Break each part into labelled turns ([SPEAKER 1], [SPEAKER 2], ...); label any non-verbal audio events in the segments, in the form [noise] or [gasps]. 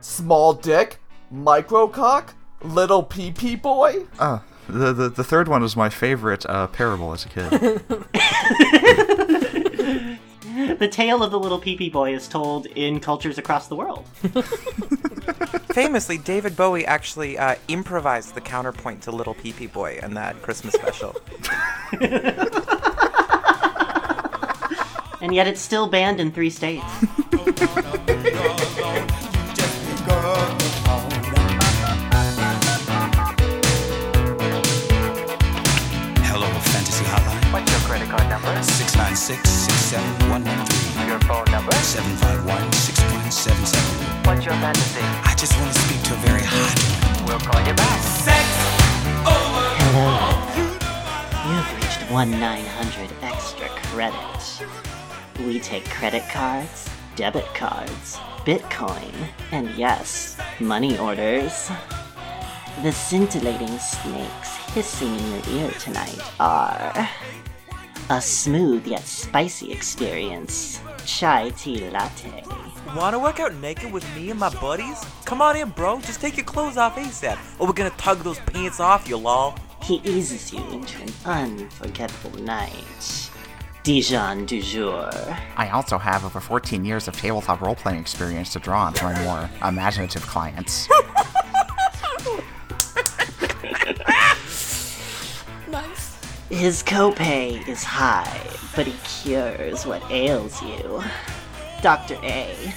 [SPEAKER 1] small dick, micro cock, little pee pee boy.
[SPEAKER 2] Ah, the, the the third one was my favorite uh, parable as
[SPEAKER 3] [laughs]
[SPEAKER 2] a kid.
[SPEAKER 3] The tale of the little peepee boy is told in cultures across the world.
[SPEAKER 4] Famously, David Bowie actually uh, improvised the counterpoint to Little Pee Pee Boy in that Christmas special.
[SPEAKER 3] And yet it's still banned in three states.
[SPEAKER 5] Hello, Fantasy Hotline.
[SPEAKER 6] What's your credit card number?
[SPEAKER 5] 696 67113
[SPEAKER 6] Your phone number?
[SPEAKER 5] 751 6177.
[SPEAKER 6] What's your fantasy?
[SPEAKER 5] I just want to speak to a very hot one.
[SPEAKER 6] We'll call you back.
[SPEAKER 3] You've reached 1900 extra credit. We take credit cards, debit cards, Bitcoin, and yes, money orders. The scintillating snakes hissing in your ear tonight are a smooth yet spicy experience, chai tea latte.
[SPEAKER 4] [laughs] Wanna work out naked with me and my buddies? Come on in, bro. Just take your clothes off ASAP, or we're gonna tug those pants off you, lol.
[SPEAKER 3] He eases you into an unforgettable night. [laughs] Dijon du jour.
[SPEAKER 2] I also have over 14 years of tabletop role playing experience to draw on for my more
[SPEAKER 3] [laughs]
[SPEAKER 2] imaginative clients.
[SPEAKER 7] Nice.
[SPEAKER 3] His copay is high, but he cures what ails you. Dr. A.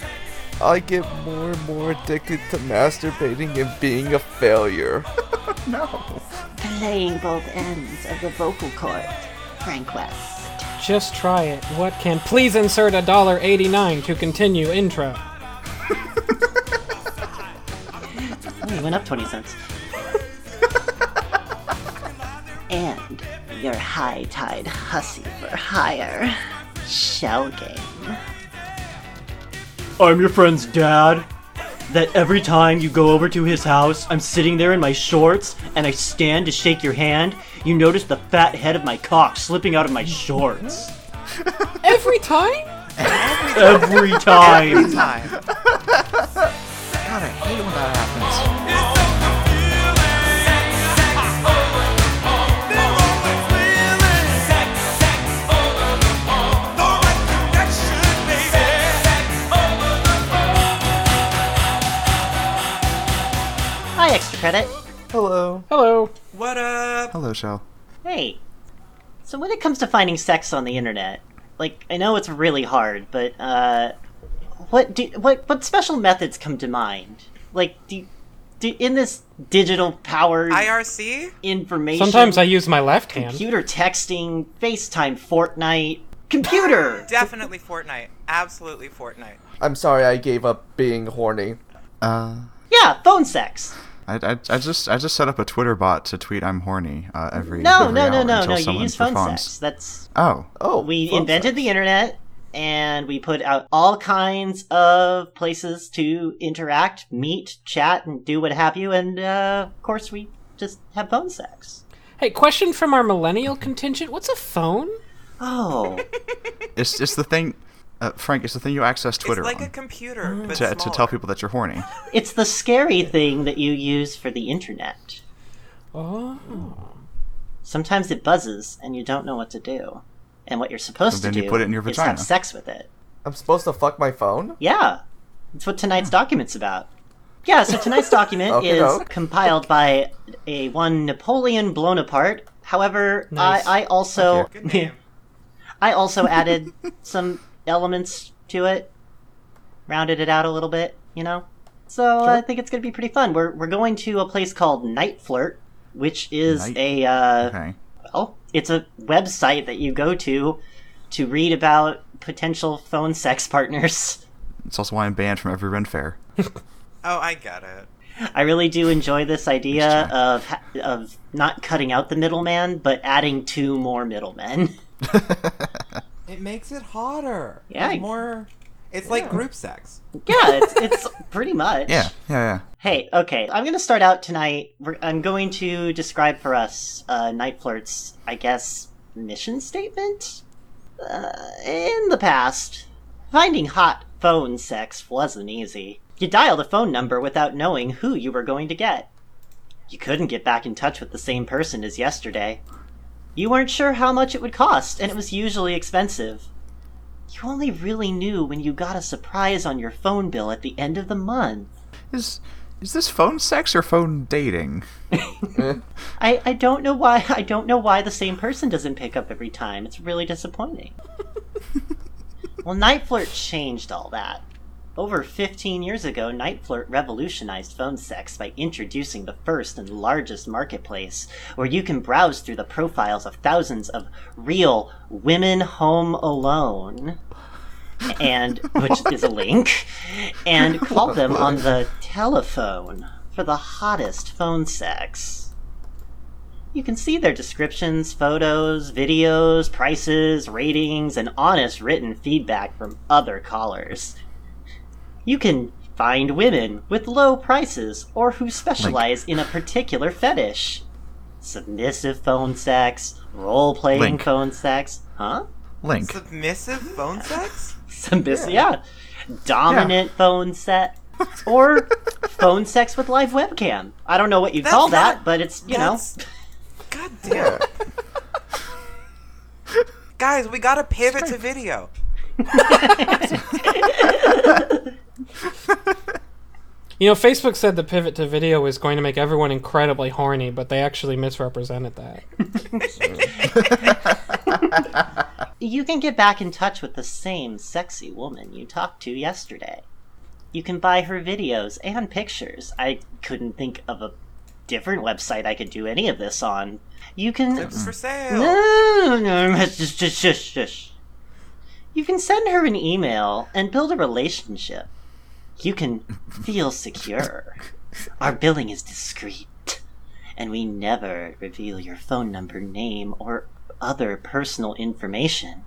[SPEAKER 1] I get more and more addicted to masturbating and being a failure.
[SPEAKER 3] Playing both ends of the vocal cord. Frank West.
[SPEAKER 8] Just try it. What can please insert a dollar eighty-nine to continue intro?
[SPEAKER 3] Oh, he went up 20 cents. and your high tide hussy for hire. Shell game. I'm your friend's dad. That every time you go over to his house, I'm sitting there in my shorts and I stand to shake your hand. You notice the fat head of my cock slipping out of my [laughs] shorts.
[SPEAKER 7] Every time?
[SPEAKER 3] Every time.
[SPEAKER 4] Time.
[SPEAKER 2] God, I hate when that happens.
[SPEAKER 3] Hi, extra credit.
[SPEAKER 1] Hello.
[SPEAKER 8] Hello.
[SPEAKER 4] What up?
[SPEAKER 2] Hello, Shell.
[SPEAKER 3] Hey. So when it comes to finding sex on the internet, like I know it's really hard, but uh, what do what what special methods come to mind? Like do, do in this digital power
[SPEAKER 4] IRC?
[SPEAKER 3] information?
[SPEAKER 8] Sometimes I use my left hand.
[SPEAKER 3] computer texting, FaceTime, Fortnite, computer.
[SPEAKER 4] Definitely Fortnite. Absolutely Fortnite.
[SPEAKER 1] [sighs] I'm sorry I gave up being horny.
[SPEAKER 2] Uh,
[SPEAKER 3] yeah, phone sex.
[SPEAKER 2] I, I, I just I just set up a Twitter bot to tweet I'm horny uh, every
[SPEAKER 3] No, no,
[SPEAKER 2] every
[SPEAKER 3] no,
[SPEAKER 2] hour
[SPEAKER 3] no,
[SPEAKER 2] until
[SPEAKER 3] no. You
[SPEAKER 2] someone
[SPEAKER 3] use phone
[SPEAKER 2] performs.
[SPEAKER 3] sex. That's
[SPEAKER 2] Oh,
[SPEAKER 1] Oh,
[SPEAKER 3] we
[SPEAKER 1] phone
[SPEAKER 3] invented
[SPEAKER 1] sex.
[SPEAKER 3] the internet and we put out all kinds of places to interact, meet, chat, and do what have you. And uh, of course, we just have phone sex.
[SPEAKER 8] Hey, question from our millennial contingent. What's a phone?
[SPEAKER 3] Oh,
[SPEAKER 2] [laughs] it's it's the thing, uh, Frank. It's the thing you access Twitter
[SPEAKER 4] it's like
[SPEAKER 2] on
[SPEAKER 4] a computer, but
[SPEAKER 2] to, to
[SPEAKER 4] smaller.
[SPEAKER 2] tell people that you're horny.
[SPEAKER 3] it's the scary thing that you use for the internet.
[SPEAKER 8] Oh.
[SPEAKER 3] Sometimes it buzzes and you don't know what to do. And what you're supposed
[SPEAKER 2] Then
[SPEAKER 3] to
[SPEAKER 2] you
[SPEAKER 3] do
[SPEAKER 2] put it in your
[SPEAKER 3] is have
[SPEAKER 2] vagina.
[SPEAKER 3] sex with it.
[SPEAKER 1] [laughs] I'm supposed to fuck my phone?
[SPEAKER 3] Yeah, that's what tonight's document's about. Yeah, so tonight's document
[SPEAKER 1] Okie
[SPEAKER 3] is
[SPEAKER 1] doke.
[SPEAKER 3] compiled by a one Napoleon blown apart. However,
[SPEAKER 8] Nice.
[SPEAKER 3] I, I also [laughs]
[SPEAKER 4] Good name.
[SPEAKER 3] I also added some elements to it, rounded it out a little bit, you know. So uh, I think it's going to be pretty fun. We're we're going to a place called Night Flirt, which is
[SPEAKER 2] Night-
[SPEAKER 3] a uh,
[SPEAKER 2] Okay.
[SPEAKER 3] well, it's a website that you go to to read about potential phone sex partners.
[SPEAKER 2] It's also why I'm banned from every Ren fair.
[SPEAKER 4] Oh, I got it.
[SPEAKER 3] I really do enjoy this idea
[SPEAKER 2] Nice try.
[SPEAKER 3] of ha- of not cutting out the middleman, but adding two more middlemen.
[SPEAKER 9] It makes it hotter.
[SPEAKER 3] Yeah.
[SPEAKER 9] It's more. It's like group sex.
[SPEAKER 3] yeah, it's, it's pretty much.
[SPEAKER 2] Yeah, yeah, yeah.
[SPEAKER 3] Hey, okay. I'm gonna start out tonight. We're, I'm going to describe for us uh, Night Flirt's, I guess, mission statement. Uh, in the past, finding hot phone sex wasn't easy. You dialed a phone number without knowing who you were going to get. You couldn't get back in touch with the same person as yesterday. You weren't sure how much it would cost, and it was usually expensive. You only really knew when you got a surprise on your phone bill at the end of the month.
[SPEAKER 10] Is is this phone sex or phone dating?
[SPEAKER 3] [laughs] I, I don't know why I don't know why the same person doesn't pick up every time. It's really
[SPEAKER 10] [laughs]
[SPEAKER 3] disappointing. well, Night Flirt changed all that. Over 15 years ago, Night Flirt revolutionized phone sex by introducing the first and largest marketplace where you can browse through the profiles of thousands of real women home alone and
[SPEAKER 10] [laughs]
[SPEAKER 3] which is a link, [laughs] and call them on the telephone for the hottest phone sex. You can see their descriptions, photos, videos, prices, ratings, and honest written feedback from other callers. You can find women with low prices or who specialize in a particular fetish. Submissive phone sex, role playing
[SPEAKER 10] Link.
[SPEAKER 3] phone sex, huh?
[SPEAKER 10] Link.
[SPEAKER 4] Submissive phone
[SPEAKER 3] [laughs]
[SPEAKER 4] sex?
[SPEAKER 3] submissive, yeah. Dominant
[SPEAKER 11] [laughs]
[SPEAKER 3] phone set or phone sex with live webcam. I don't know what you would
[SPEAKER 11] That's
[SPEAKER 3] call that,
[SPEAKER 11] not-
[SPEAKER 3] but it's you know
[SPEAKER 11] That's- God damn. it. Guys, we gotta pivot to video.
[SPEAKER 8] You know, Facebook said the pivot to video is going to make everyone incredibly horny, but they actually misrepresented that.
[SPEAKER 3] you can get back in touch with the same sexy woman you talked to yesterday. You can buy her videos and pictures. I couldn't think of a different website I could do any of this on. You can
[SPEAKER 11] It's for sale.
[SPEAKER 3] No, no, no, shush, shush, shush, shush. You can send her an email and build a relationship. You can feel secure. Our billing is discreet, and we never reveal your phone number, name, or other personal information.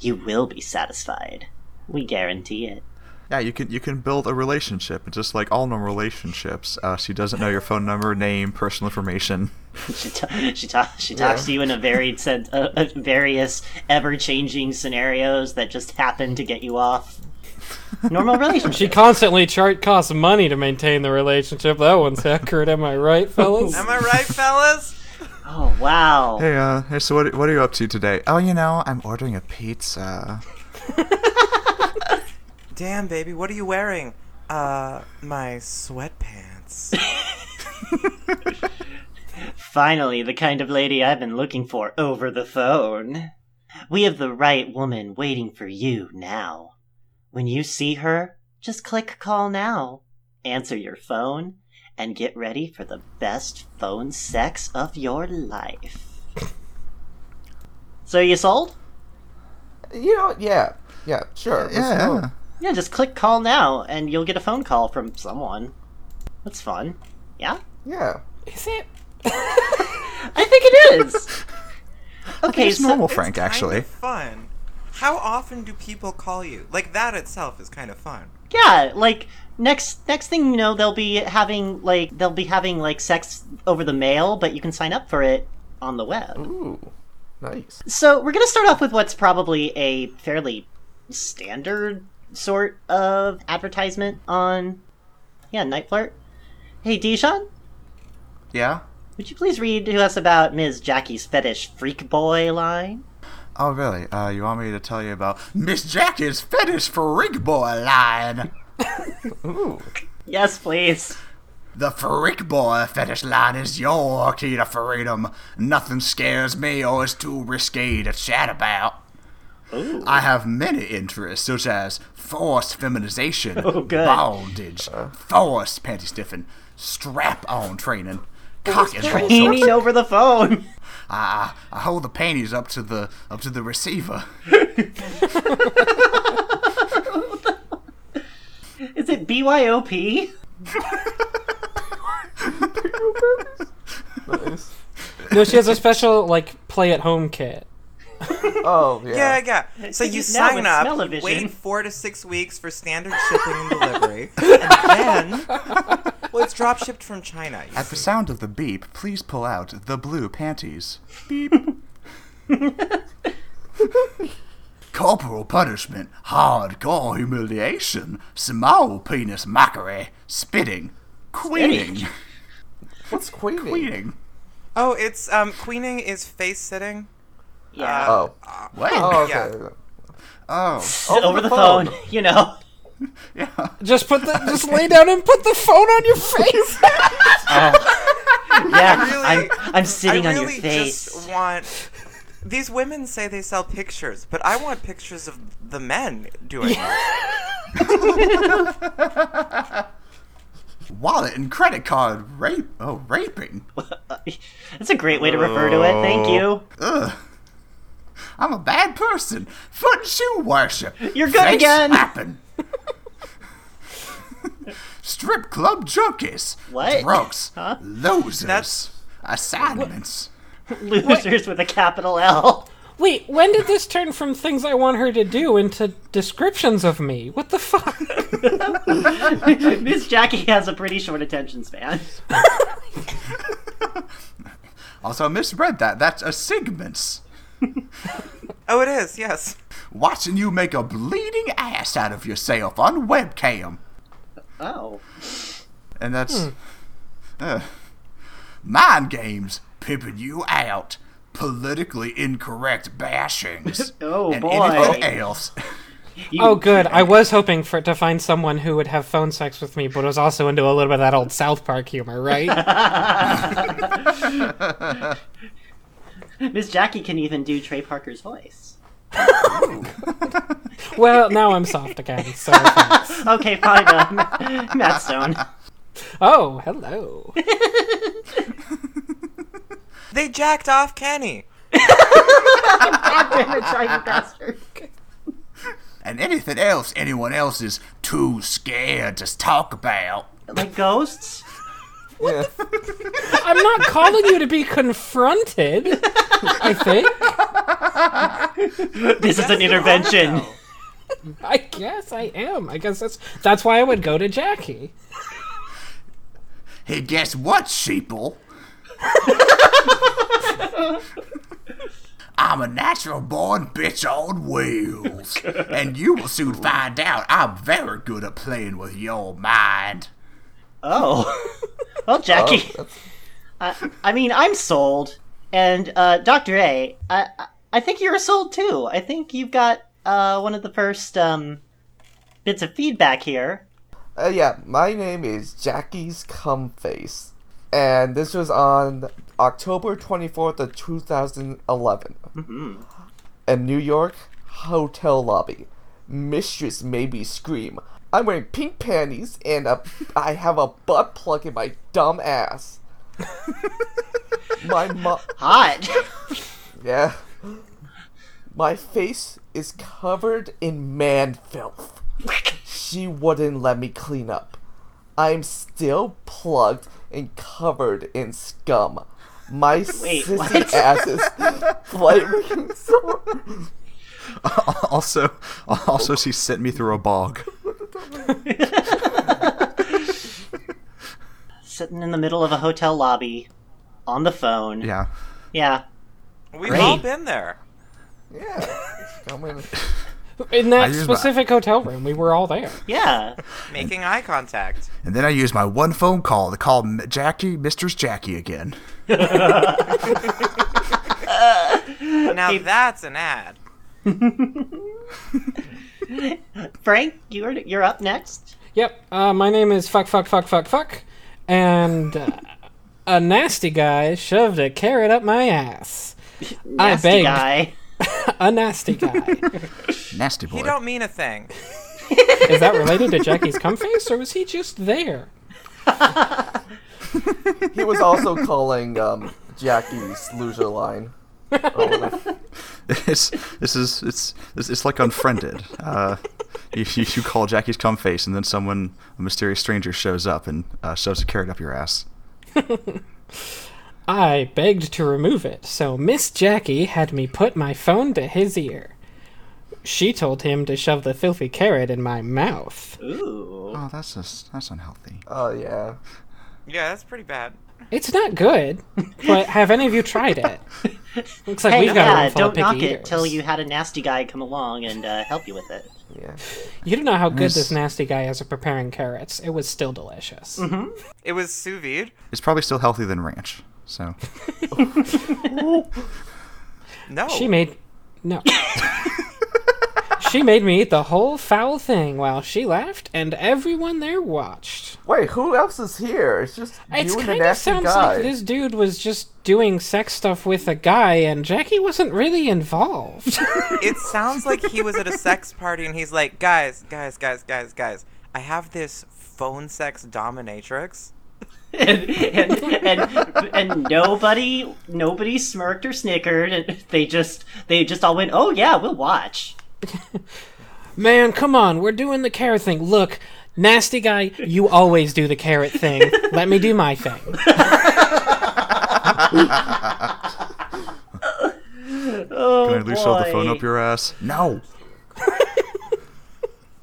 [SPEAKER 3] You will be satisfied. We guarantee it.
[SPEAKER 10] Yeah, you can you can build a relationship, and just like all normal relationships. Uh, she doesn't know your phone number, name, personal information.
[SPEAKER 3] She, ta- she, ta- she talks to you in a varied set uh, uh, various ever-changing scenarios that just happen to get you off. [laughs] Normal relationship.
[SPEAKER 8] She constantly chart costs money to maintain the relationship. That one's accurate, am I right, fellas?
[SPEAKER 11] Am I right, fellas?
[SPEAKER 3] Oh wow!
[SPEAKER 10] Hey, uh, hey, so what what are you up to today? Oh, you know, I'm ordering a pizza.
[SPEAKER 11] Damn, baby, what are you wearing? Uh, my
[SPEAKER 1] [laughs]
[SPEAKER 11] sweatpants.
[SPEAKER 3] Finally, the kind of lady I've been looking for over the phone. We have the right woman waiting for you now. When you see her, just click call now. Answer your phone and get ready for the best phone sex of your life. so you sold?
[SPEAKER 1] You know, yeah, yeah, sure. let's
[SPEAKER 10] Yeah.
[SPEAKER 1] go.
[SPEAKER 3] Yeah, just click call now and you'll get a phone call from someone. That's fun. Yeah?
[SPEAKER 1] yeah.
[SPEAKER 5] Is it?
[SPEAKER 3] I think it
[SPEAKER 10] [laughs]
[SPEAKER 3] is. Okay,
[SPEAKER 10] It's normal,
[SPEAKER 3] so
[SPEAKER 10] Frank.
[SPEAKER 11] It's kind
[SPEAKER 10] actually,
[SPEAKER 11] of fun. How often do people call you? Like that itself is kind of fun.
[SPEAKER 3] yeah like next next thing you know they'll be having like they'll be having like sex over the mail but you can sign up for it on the web
[SPEAKER 1] Ooh, nice.
[SPEAKER 3] so we're gonna start off with what's probably a fairly standard sort of advertisement on yeah night flirt hey Dijon,
[SPEAKER 10] yeah.
[SPEAKER 3] would you please read to us about ms jackie's fetish freak boy line
[SPEAKER 10] Oh, really? Uh, you want me to tell you about Miss Jackie's fetish freak boy line?
[SPEAKER 3] yes please
[SPEAKER 10] The freak boy fetish line is your key to freedom. Nothing scares me or is too risky to chat about. I have many interests, such as forced feminization,
[SPEAKER 3] good.
[SPEAKER 10] bondage, forced panty stiffing, strap on training, cock and sorts. [laughs]
[SPEAKER 3] leaning over the phone [laughs]
[SPEAKER 10] I, I hold the panties up to the up to the receiver.
[SPEAKER 3] is it byop
[SPEAKER 1] Nice.
[SPEAKER 8] no, she has a special, like, play at home
[SPEAKER 3] [laughs]
[SPEAKER 8] kit.
[SPEAKER 1] Oh, yeah.
[SPEAKER 11] Yeah, yeah. So you
[SPEAKER 3] Now
[SPEAKER 11] sign
[SPEAKER 3] with
[SPEAKER 11] up, you
[SPEAKER 3] smell-o-vision.
[SPEAKER 11] wait four to six weeks for
[SPEAKER 3] [laughs]
[SPEAKER 11] standard shipping and delivery, and then [laughs] well, it's drop shipped from China. you [laughs]
[SPEAKER 1] [laughs]
[SPEAKER 10] At the
[SPEAKER 11] see.
[SPEAKER 10] sound of the beep, please pull out the blue panties. Beep. corporal punishment, hardcore humiliation, small penis mockery, spitting, queening,
[SPEAKER 1] What's queening?
[SPEAKER 10] queening.
[SPEAKER 4] Oh, it's um, queening is face sitting.
[SPEAKER 11] Uh,
[SPEAKER 3] Yeah.
[SPEAKER 1] Oh.
[SPEAKER 10] Wait,
[SPEAKER 1] Oh, okay.
[SPEAKER 4] Yeah.
[SPEAKER 10] oh,
[SPEAKER 1] Over,
[SPEAKER 3] Over the phone, [laughs] you know.
[SPEAKER 10] yeah.
[SPEAKER 8] Just put the
[SPEAKER 5] [laughs]
[SPEAKER 8] just lay down and put the phone on your face.
[SPEAKER 3] [laughs] Yeah,
[SPEAKER 4] really-
[SPEAKER 3] I'm, I'm sitting
[SPEAKER 4] I
[SPEAKER 3] on your
[SPEAKER 4] really
[SPEAKER 3] face.
[SPEAKER 4] just want. These women say they sell pictures, but I want pictures of the men doing it.
[SPEAKER 10] Wallet and credit card rape. Oh, raping.
[SPEAKER 3] [laughs] That's a great way to refer to it. Thank you.
[SPEAKER 10] I'm a bad person. Foot and shoe worship.
[SPEAKER 3] You're good
[SPEAKER 10] Face
[SPEAKER 3] again. [laughs]
[SPEAKER 10] slapping. Strip club junkies.
[SPEAKER 3] What?
[SPEAKER 10] Drugs.
[SPEAKER 3] Huh?
[SPEAKER 10] Losers.
[SPEAKER 4] That's-
[SPEAKER 10] Assignments.
[SPEAKER 3] Losers with a capital L.
[SPEAKER 8] Wait, when did this turn from things I want her to do into descriptions of me? What the fuck?
[SPEAKER 3] [laughs] Miss Jackie has a pretty short attention span. [laughs]
[SPEAKER 10] Also, I misread that. That's assignments.
[SPEAKER 4] Oh, it is, yes.
[SPEAKER 10] Watching you make a bleeding ass out of yourself on webcam.
[SPEAKER 3] Oh.
[SPEAKER 10] And that's.
[SPEAKER 4] Hmm.
[SPEAKER 10] Uh, mind games. Pimping you out. Politically incorrect bashings.
[SPEAKER 3] [laughs] Oh,
[SPEAKER 10] and
[SPEAKER 3] boy.
[SPEAKER 10] anything else.
[SPEAKER 3] [laughs] You-
[SPEAKER 8] Oh, good. I was hoping for to find someone who would have phone sex with me, but was also into a little bit of that old South Park humor,
[SPEAKER 3] [laughs]
[SPEAKER 8] right?
[SPEAKER 3] Miss Jackie can even do Trey Parker's voice.
[SPEAKER 8] well, now I'm soft again. So. thanks.
[SPEAKER 3] Okay, fine. Uh, [laughs] Matt Stone.
[SPEAKER 8] Oh, hello.
[SPEAKER 4] They jacked off Kenny.
[SPEAKER 3] Goddamn it, Jackie bastard.
[SPEAKER 10] and anything else anyone else is too scared to talk about.
[SPEAKER 3] Like ghosts?
[SPEAKER 8] I'm not calling you to be confronted. I think.
[SPEAKER 3] This is an intervention.
[SPEAKER 8] I guess I am. I guess that's that's why I would go to Jackie.
[SPEAKER 10] Hey, guess what, sheeple? I'm a natural born bitch on wheels. and you will soon find out I'm very good at playing with your mind.
[SPEAKER 3] Oh. Well, Jackie. I, I mean, I'm sold. And uh, Dr. A, I, I- I think you were sold too. I think you've got uh, one of the first um, bits of feedback here.
[SPEAKER 1] Uh, yeah, my name is Jackie's Cumface, and this was on October 24th of 2011.
[SPEAKER 3] Mm-hmm.
[SPEAKER 1] In New York, hotel lobby. Mistress made me scream. I'm wearing pink panties, and a, I have a butt plug in my dumb ass. my mom...
[SPEAKER 3] Hot.
[SPEAKER 1] [laughs] Yeah. My face is covered in man filth. She wouldn't let me clean up. I'm still plugged and covered in scum.
[SPEAKER 8] [laughs]
[SPEAKER 1] My sissy
[SPEAKER 3] what? [laughs]
[SPEAKER 1] ass is flaming. [laughs] so-
[SPEAKER 10] [laughs] Also, also she sent me through a bog. [laughs]
[SPEAKER 3] Sitting in the middle of a hotel lobby on the phone.
[SPEAKER 10] Yeah.
[SPEAKER 3] Yeah.
[SPEAKER 4] We've
[SPEAKER 3] Great.
[SPEAKER 4] all been there.
[SPEAKER 1] yeah. I mean,
[SPEAKER 8] [laughs] In that
[SPEAKER 10] use my-
[SPEAKER 8] specific hotel room, we were all there.
[SPEAKER 3] Yeah.
[SPEAKER 4] Making eye contact.
[SPEAKER 10] And then I used my one phone call to call M- Jackie, Mistress Jackie again.
[SPEAKER 4] Now that's an ad.
[SPEAKER 3] Frank, you're, you're up next.
[SPEAKER 8] Yep. Uh, my name is fuck fuck fuck fuck fuck, and uh, a nasty guy shoved a carrot up my ass.
[SPEAKER 3] Nasty
[SPEAKER 8] I begged
[SPEAKER 3] guy.
[SPEAKER 8] [laughs] a nasty guy.
[SPEAKER 10] Nasty boy.
[SPEAKER 4] You don't mean a thing.
[SPEAKER 8] is that related to Jackie's cum face, or was he just there?
[SPEAKER 1] he was also calling um, Jackie's loser line. Or whatever.
[SPEAKER 2] it's this is it's it's, it's like unfriended. Uh, you, you you call Jackie's cum face, and then someone a mysterious stranger shows up and uh, shoves a carrot up your ass.
[SPEAKER 8] I begged to remove it, so Miss Jackie had me put my phone to his ear. She told him to shove the filthy carrot in my mouth.
[SPEAKER 3] Ooh.
[SPEAKER 2] Oh, that's just that's unhealthy.
[SPEAKER 1] Oh yeah.
[SPEAKER 4] Yeah, that's pretty bad.
[SPEAKER 8] It's not good, but have any of you tried
[SPEAKER 3] [laughs]
[SPEAKER 8] it? Looks like
[SPEAKER 3] hey,
[SPEAKER 8] we've got a
[SPEAKER 3] yeah,
[SPEAKER 8] room full of
[SPEAKER 3] don't knock
[SPEAKER 8] picky
[SPEAKER 3] it till
[SPEAKER 8] eaters.
[SPEAKER 3] you had a nasty guy come along and uh, help you with it.
[SPEAKER 1] Yeah.
[SPEAKER 8] You don't know how good
[SPEAKER 2] Yes.
[SPEAKER 8] this nasty guy is at preparing carrots. It was still delicious.
[SPEAKER 3] Mm-hmm. [laughs]
[SPEAKER 4] It was sous vide.
[SPEAKER 2] It's probably still healthier than ranch. So
[SPEAKER 4] No.
[SPEAKER 8] She made no. she made me eat the whole foul thing while she laughed, and everyone there watched.
[SPEAKER 1] Wait, who else is here? It's just
[SPEAKER 8] It's
[SPEAKER 1] you and the
[SPEAKER 8] kind of
[SPEAKER 1] nasty
[SPEAKER 8] sounds
[SPEAKER 1] guy.
[SPEAKER 8] like this dude was just doing sex stuff with a guy, and Jackie wasn't really
[SPEAKER 4] [laughs]
[SPEAKER 8] involved.
[SPEAKER 4] it sounds like he was at a sex party and he's like, guys, guys, guys, guys, guys, I have this phone sex dominatrix.
[SPEAKER 3] and, and,
[SPEAKER 8] [laughs]
[SPEAKER 3] and, and nobody nobody smirked or snickered and they just they just all went oh yeah we'll watch
[SPEAKER 8] Man, come on, we're doing the carrot thing. Look, nasty guy, you always do the carrot thing. Let me do my thing.
[SPEAKER 3] oh
[SPEAKER 2] can I loose all the phone
[SPEAKER 3] boy.
[SPEAKER 2] up your ass? No.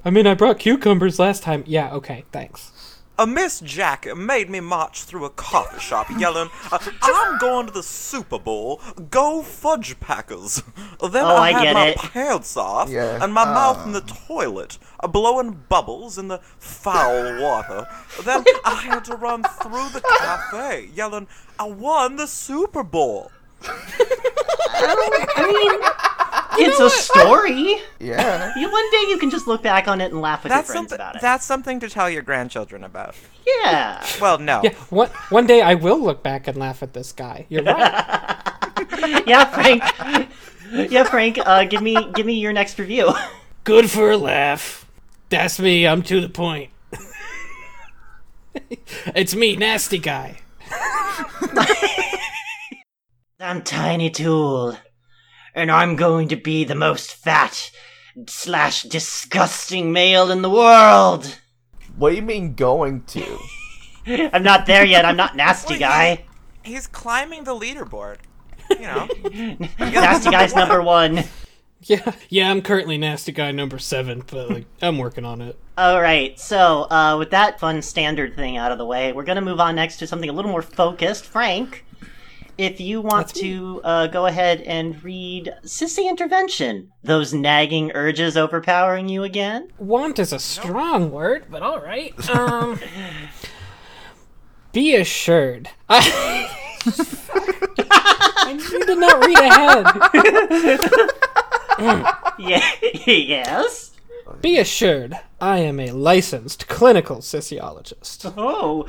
[SPEAKER 8] I mean, I brought cucumbers last time. Yeah, okay, thanks.
[SPEAKER 4] A Miss Jack made me march through a coffee shop yelling, uh, I'm going to the Super Bowl, go Fudge Packers. Then
[SPEAKER 3] Oh,
[SPEAKER 4] I,
[SPEAKER 3] I
[SPEAKER 4] had
[SPEAKER 3] get
[SPEAKER 4] my
[SPEAKER 3] it.
[SPEAKER 4] pants off
[SPEAKER 1] Yeah.
[SPEAKER 4] and my mouth in the toilet, uh, blowing bubbles in the foul water. Then I had to run through the cafe yelling, I won the Super Bowl.
[SPEAKER 3] it's a story
[SPEAKER 1] Yeah.
[SPEAKER 3] you one day you can just look back on it and laugh with
[SPEAKER 4] That's
[SPEAKER 3] your friends
[SPEAKER 4] something.
[SPEAKER 3] about it
[SPEAKER 4] That's something to tell your grandchildren about.
[SPEAKER 3] yeah
[SPEAKER 4] Well, no.
[SPEAKER 8] Yeah, one, one day I will look back and laugh at this guy. You're right.
[SPEAKER 3] [laughs] yeah frank yeah frank uh, give me give me your next review
[SPEAKER 8] Good for a laugh. That's me, I'm to the point. [laughs] it's me, nasty guy.
[SPEAKER 3] i'm tiny tool and i'm going to be the most fat slash disgusting male in the world
[SPEAKER 1] What do you mean going to?
[SPEAKER 3] [laughs] i'm not there yet
[SPEAKER 4] [laughs]
[SPEAKER 3] i'm not nasty
[SPEAKER 4] Well,
[SPEAKER 3] guy
[SPEAKER 4] He's climbing the leaderboard. You know.
[SPEAKER 3] Nasty guy's number one.
[SPEAKER 8] Yeah, yeah, I'm currently nasty guy number seven, but like I'm working on it.
[SPEAKER 3] All right, so uh, with that fun standard thing out of the way, we're gonna move on next to something a little more focused. Frank, if you want to uh, go ahead and read Sissy Intervention, those nagging urges overpowering you again.
[SPEAKER 8] Want is a strong word, but all right. Um, be assured. I, [clears throat] I did not read ahead.
[SPEAKER 3] [laughs] Yeah. yes.
[SPEAKER 8] Be assured, I am a licensed clinical sociologist.
[SPEAKER 3] Oh,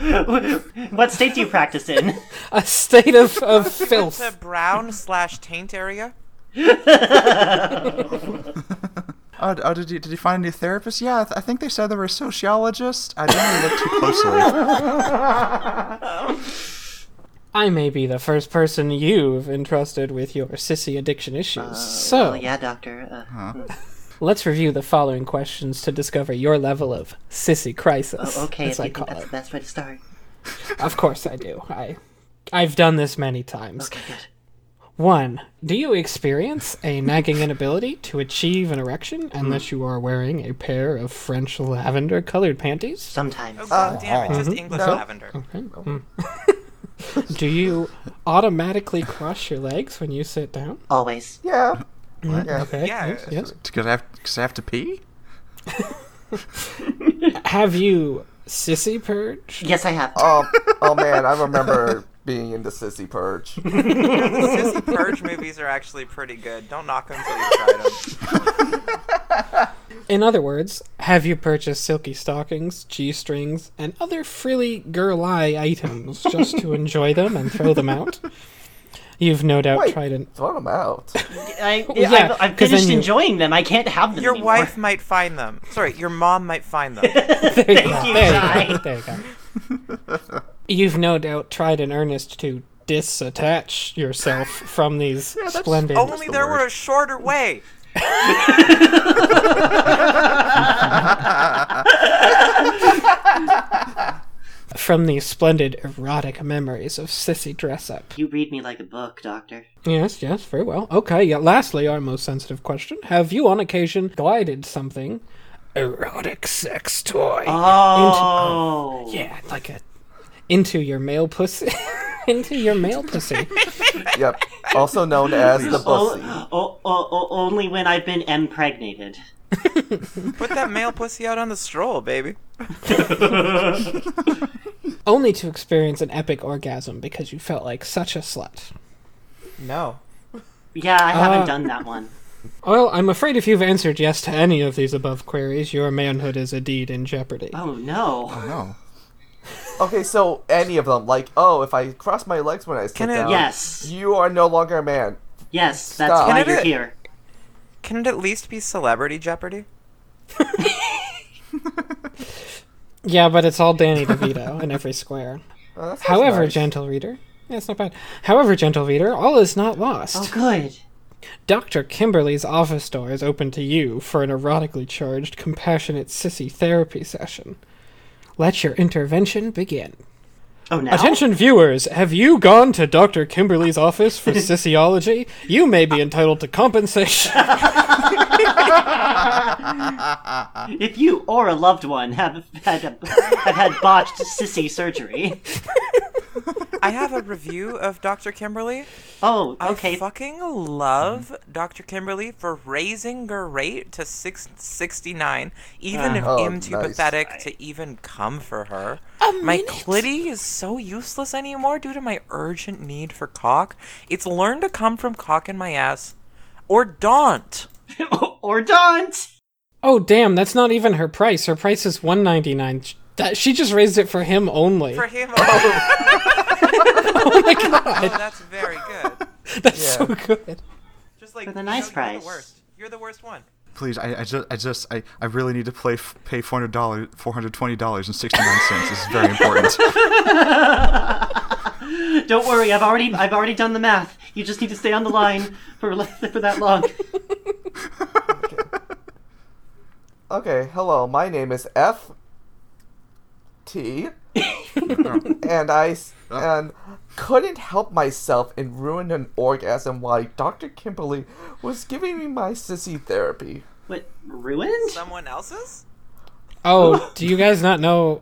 [SPEAKER 3] [laughs] what state do you practice in?
[SPEAKER 8] A state of, [laughs] uh, of
[SPEAKER 4] the
[SPEAKER 8] filth.
[SPEAKER 4] brown slash taint area.
[SPEAKER 3] [laughs]
[SPEAKER 2] Uh, oh, did you did you find a new therapist? Yeah, I, th- I think they said they were a sociologist. I didn't really look too closely.
[SPEAKER 3] [laughs]
[SPEAKER 8] I may be the first person you've entrusted with your sissy addiction issues. so,
[SPEAKER 3] Oh yeah, doctor. Uh,
[SPEAKER 8] let's review the following questions to discover your level of sissy crisis.
[SPEAKER 3] Oh, [laughs] okay,
[SPEAKER 8] as
[SPEAKER 3] if
[SPEAKER 8] I
[SPEAKER 3] you think
[SPEAKER 8] call
[SPEAKER 3] that's the
[SPEAKER 8] it.
[SPEAKER 3] best way to start.
[SPEAKER 8] Of course I do. I, I've done this many times.
[SPEAKER 3] Okay, good.
[SPEAKER 8] One, do you experience a nagging inability to achieve an erection
[SPEAKER 3] Hmm.
[SPEAKER 8] unless you are wearing a pair of French lavender colored panties? Mm-hmm.
[SPEAKER 3] Sometimes. Oh.
[SPEAKER 4] Oh god damn it! Just English
[SPEAKER 1] No.
[SPEAKER 4] lavender.
[SPEAKER 8] Hmm. [laughs] Do you automatically cross your legs when you sit down? Hmm.
[SPEAKER 3] Always.
[SPEAKER 1] Yeah.
[SPEAKER 8] Okay.
[SPEAKER 4] Yeah.
[SPEAKER 8] Yes. yes.
[SPEAKER 2] Because I have because I have to pee.
[SPEAKER 8] Have you sissy purged?
[SPEAKER 3] Yes, I have.
[SPEAKER 1] Oh, oh man, I remember being in the sissy
[SPEAKER 3] [laughs]
[SPEAKER 1] purge.
[SPEAKER 4] Sissy Purge movies are actually pretty good. Don't knock them till you try them.
[SPEAKER 8] In other words, have you purchased silky stockings, g strings, and other frilly girl eye items just
[SPEAKER 1] [laughs]
[SPEAKER 8] to enjoy them and throw them out? You've no doubt
[SPEAKER 1] Wait.
[SPEAKER 8] tried an.
[SPEAKER 1] Throw them out.
[SPEAKER 3] I,
[SPEAKER 8] yeah,
[SPEAKER 3] I've, I've
[SPEAKER 8] 'cause then
[SPEAKER 3] finished
[SPEAKER 8] you-
[SPEAKER 3] enjoying them. I can't have them.
[SPEAKER 4] Your
[SPEAKER 3] anymore.
[SPEAKER 4] wife might find them. Sorry, your mom might find
[SPEAKER 3] [laughs]
[SPEAKER 4] them.
[SPEAKER 8] There you go.
[SPEAKER 3] you,
[SPEAKER 8] There you go.
[SPEAKER 3] Jai.
[SPEAKER 8] There you go. You've no doubt tried in earnest to disattach yourself from
[SPEAKER 1] [laughs]
[SPEAKER 8] these splendid.
[SPEAKER 4] Only there were a
[SPEAKER 11] [laughs]
[SPEAKER 4] shorter way.
[SPEAKER 8] from these splendid erotic memories of sissy dress up.
[SPEAKER 3] You read me like a book, Doctor.
[SPEAKER 8] Yes, yes, very well. Okay, yeah, lastly, our most sensitive question. Have you on occasion glided something erotic sex toy?
[SPEAKER 3] Oh,
[SPEAKER 8] Yeah, like a into your male pussy. [laughs] into your male pussy.
[SPEAKER 1] Yep. Also known as the pussy.
[SPEAKER 3] O- [gasps] o- o- o- only when I've
[SPEAKER 8] [laughs]
[SPEAKER 3] been impregnated.
[SPEAKER 4] Put that male pussy out on the stroll, baby.
[SPEAKER 8] [laughs] Only to experience an epic orgasm because you felt like such a slut.
[SPEAKER 7] No.
[SPEAKER 3] Yeah, I haven't
[SPEAKER 8] Uh,
[SPEAKER 3] done
[SPEAKER 8] [laughs]
[SPEAKER 3] that one.
[SPEAKER 8] Well, I'm afraid if you've answered yes to any of these above queries, your manhood is indeed in jeopardy.
[SPEAKER 3] Oh no.
[SPEAKER 1] no. Okay, so any of them, like, oh, if I cross my legs when I sit
[SPEAKER 4] Can it-
[SPEAKER 1] down,
[SPEAKER 4] Yes.
[SPEAKER 1] you are no longer a man.
[SPEAKER 3] Yes,
[SPEAKER 4] that's why you're
[SPEAKER 3] here.
[SPEAKER 4] Can it at least be celebrity Jeopardy?
[SPEAKER 8] Yeah, but it's all Danny DeVito in every square.
[SPEAKER 1] [laughs] Oh, that sounds
[SPEAKER 8] However,
[SPEAKER 1] nice.
[SPEAKER 8] gentle reader, yeah, it's not bad. However, gentle reader, all is not lost. Oh,
[SPEAKER 3] good.
[SPEAKER 8] Dr. Kimberly's office door is open to you for an erotically charged, compassionate sissy therapy session. Let your intervention begin.
[SPEAKER 3] Oh, now?
[SPEAKER 8] Attention viewers, have you gone to Dr. Kimberly's office
[SPEAKER 3] [laughs]
[SPEAKER 8] for sissiology? You may be entitled to compensation.
[SPEAKER 3] if you or a loved one have had a, have had botched sissy surgery,
[SPEAKER 4] I have a review of Dr. Kimberly.
[SPEAKER 3] Oh,
[SPEAKER 4] okay. I fucking love Dr. Kimberly for raising her rate to six sixty nine, even
[SPEAKER 11] Ah.
[SPEAKER 4] if
[SPEAKER 11] Oh,
[SPEAKER 4] I'm too
[SPEAKER 11] nice.
[SPEAKER 4] pathetic to even come for her.
[SPEAKER 11] A
[SPEAKER 4] my
[SPEAKER 11] minute?
[SPEAKER 4] clitty is so useless anymore due to my urgent need for cock. It's learned to come from cock in my ass or
[SPEAKER 8] [laughs]
[SPEAKER 4] daunt.
[SPEAKER 3] [laughs] or don't.
[SPEAKER 8] Oh damn, that's not even her price. Her price is one ninety nine. That she just raised it for him only. [laughs]
[SPEAKER 4] For [laughs] him. oh
[SPEAKER 8] my god.
[SPEAKER 4] Oh, that's very good.
[SPEAKER 8] [laughs] That's so good.
[SPEAKER 4] Just like
[SPEAKER 3] For the nice
[SPEAKER 4] no, You're
[SPEAKER 3] price.
[SPEAKER 4] the worst. You're the worst one.
[SPEAKER 2] Please, I, I just, I just, I, I really need to play, f- pay four hundred dollars, four hundred twenty dollars and sixty nine cents. This is very important.
[SPEAKER 3] [laughs]
[SPEAKER 2] [laughs]
[SPEAKER 3] don't worry. I've already I've already done the math. You just need to stay on the line for [laughs] for that long.
[SPEAKER 1] Okay, hello, my name is F.
[SPEAKER 2] [laughs]
[SPEAKER 1] T. and I s-
[SPEAKER 2] Uh.
[SPEAKER 1] and couldn't help myself and ruined an orgasm while Dr. Kimberly was giving me my sissy therapy.
[SPEAKER 3] What ruined?
[SPEAKER 4] Someone else's?
[SPEAKER 8] Oh, do you guys not know?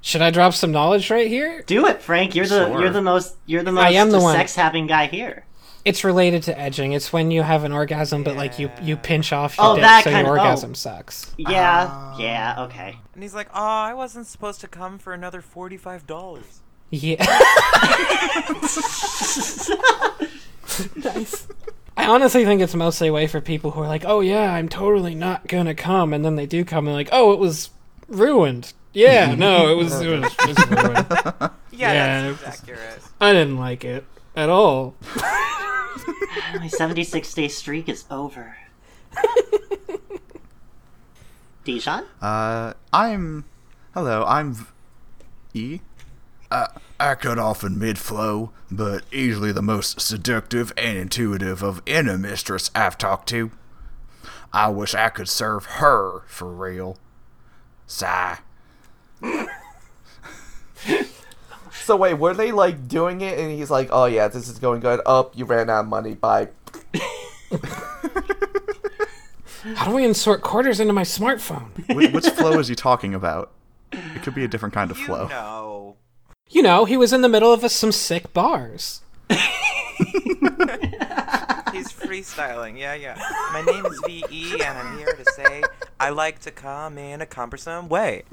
[SPEAKER 8] Should I drop some knowledge right here?
[SPEAKER 3] Do it, Frank. You're the
[SPEAKER 8] Sure.
[SPEAKER 3] you're the most you're the most
[SPEAKER 8] I am the one.
[SPEAKER 3] sex having guy here.
[SPEAKER 8] It's related to edging. It's when you have an orgasm, but like you you pinch off your
[SPEAKER 3] Oh,
[SPEAKER 8] dick,
[SPEAKER 3] that
[SPEAKER 8] so
[SPEAKER 3] kind
[SPEAKER 8] your
[SPEAKER 3] of
[SPEAKER 8] orgasm
[SPEAKER 3] oh.
[SPEAKER 8] sucks.
[SPEAKER 3] Yeah,
[SPEAKER 8] Ah.
[SPEAKER 3] yeah, okay.
[SPEAKER 4] And he's like, "Oh, I wasn't supposed to come for another forty-five dollars." [laughs]
[SPEAKER 3] [laughs]
[SPEAKER 8] Yeah. [laughs] nice. I honestly think it's mostly a way for people who are like, "Oh yeah, I'm totally not gonna come," and then they do come and like, "Oh, it was ruined."
[SPEAKER 2] Mm-hmm.
[SPEAKER 8] Yeah, no, it was, it was, it was ruined.
[SPEAKER 3] [laughs] Yeah, that's
[SPEAKER 8] it was-
[SPEAKER 3] accurate.
[SPEAKER 8] I didn't like it at all.
[SPEAKER 3] [laughs] My 76 day streak is
[SPEAKER 8] [laughs]
[SPEAKER 3] over. Dijon?
[SPEAKER 2] Uh, I'm. Hello, I'm. V- E.
[SPEAKER 10] I, I cut off in mid flow, but easily the most seductive and intuitive of any mistress I've talked to. I wish I could serve her for real. Sigh.
[SPEAKER 1] So wait, were they like doing it and he's like, "Oh yeah, this is going good. Up, you ran out of money. Bye."
[SPEAKER 8] How do we insert quarters into my smartphone?
[SPEAKER 2] [laughs] Wh- which flow is he talking about? It could be a different kind of flow.
[SPEAKER 4] No.
[SPEAKER 8] [laughs] You know, he was in the middle of a, some sick
[SPEAKER 3] [laughs]
[SPEAKER 8] bars.
[SPEAKER 4] He's freestyling. Yeah, yeah. My name is VE, and I'm here to say I like to come in a cumbersome way.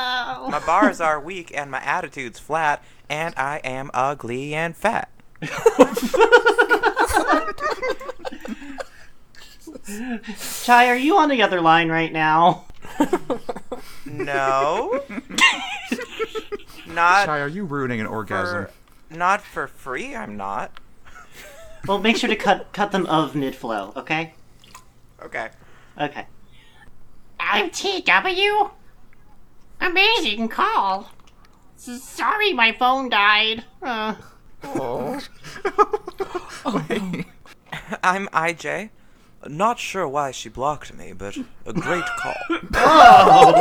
[SPEAKER 1] Oh.
[SPEAKER 4] My bars are weak, and my attitude's flat, and I am ugly and fat.
[SPEAKER 3] Oh.
[SPEAKER 1] [laughs]
[SPEAKER 3] Chai, are you on the other line right now?
[SPEAKER 4] No. [laughs] Not.
[SPEAKER 2] Chai, are you ruining an orgasm?
[SPEAKER 4] For, not for free. [laughs] I'm not.
[SPEAKER 3] Well, make sure to cut cut them of mid flow, okay?
[SPEAKER 4] Okay.
[SPEAKER 3] Okay.
[SPEAKER 12] I'm TW. Amazing call. S- Sorry, my phone died. Uh,
[SPEAKER 1] Oh.
[SPEAKER 4] I'm IJ. Not sure why she blocked me, but a great call.
[SPEAKER 1] Oh,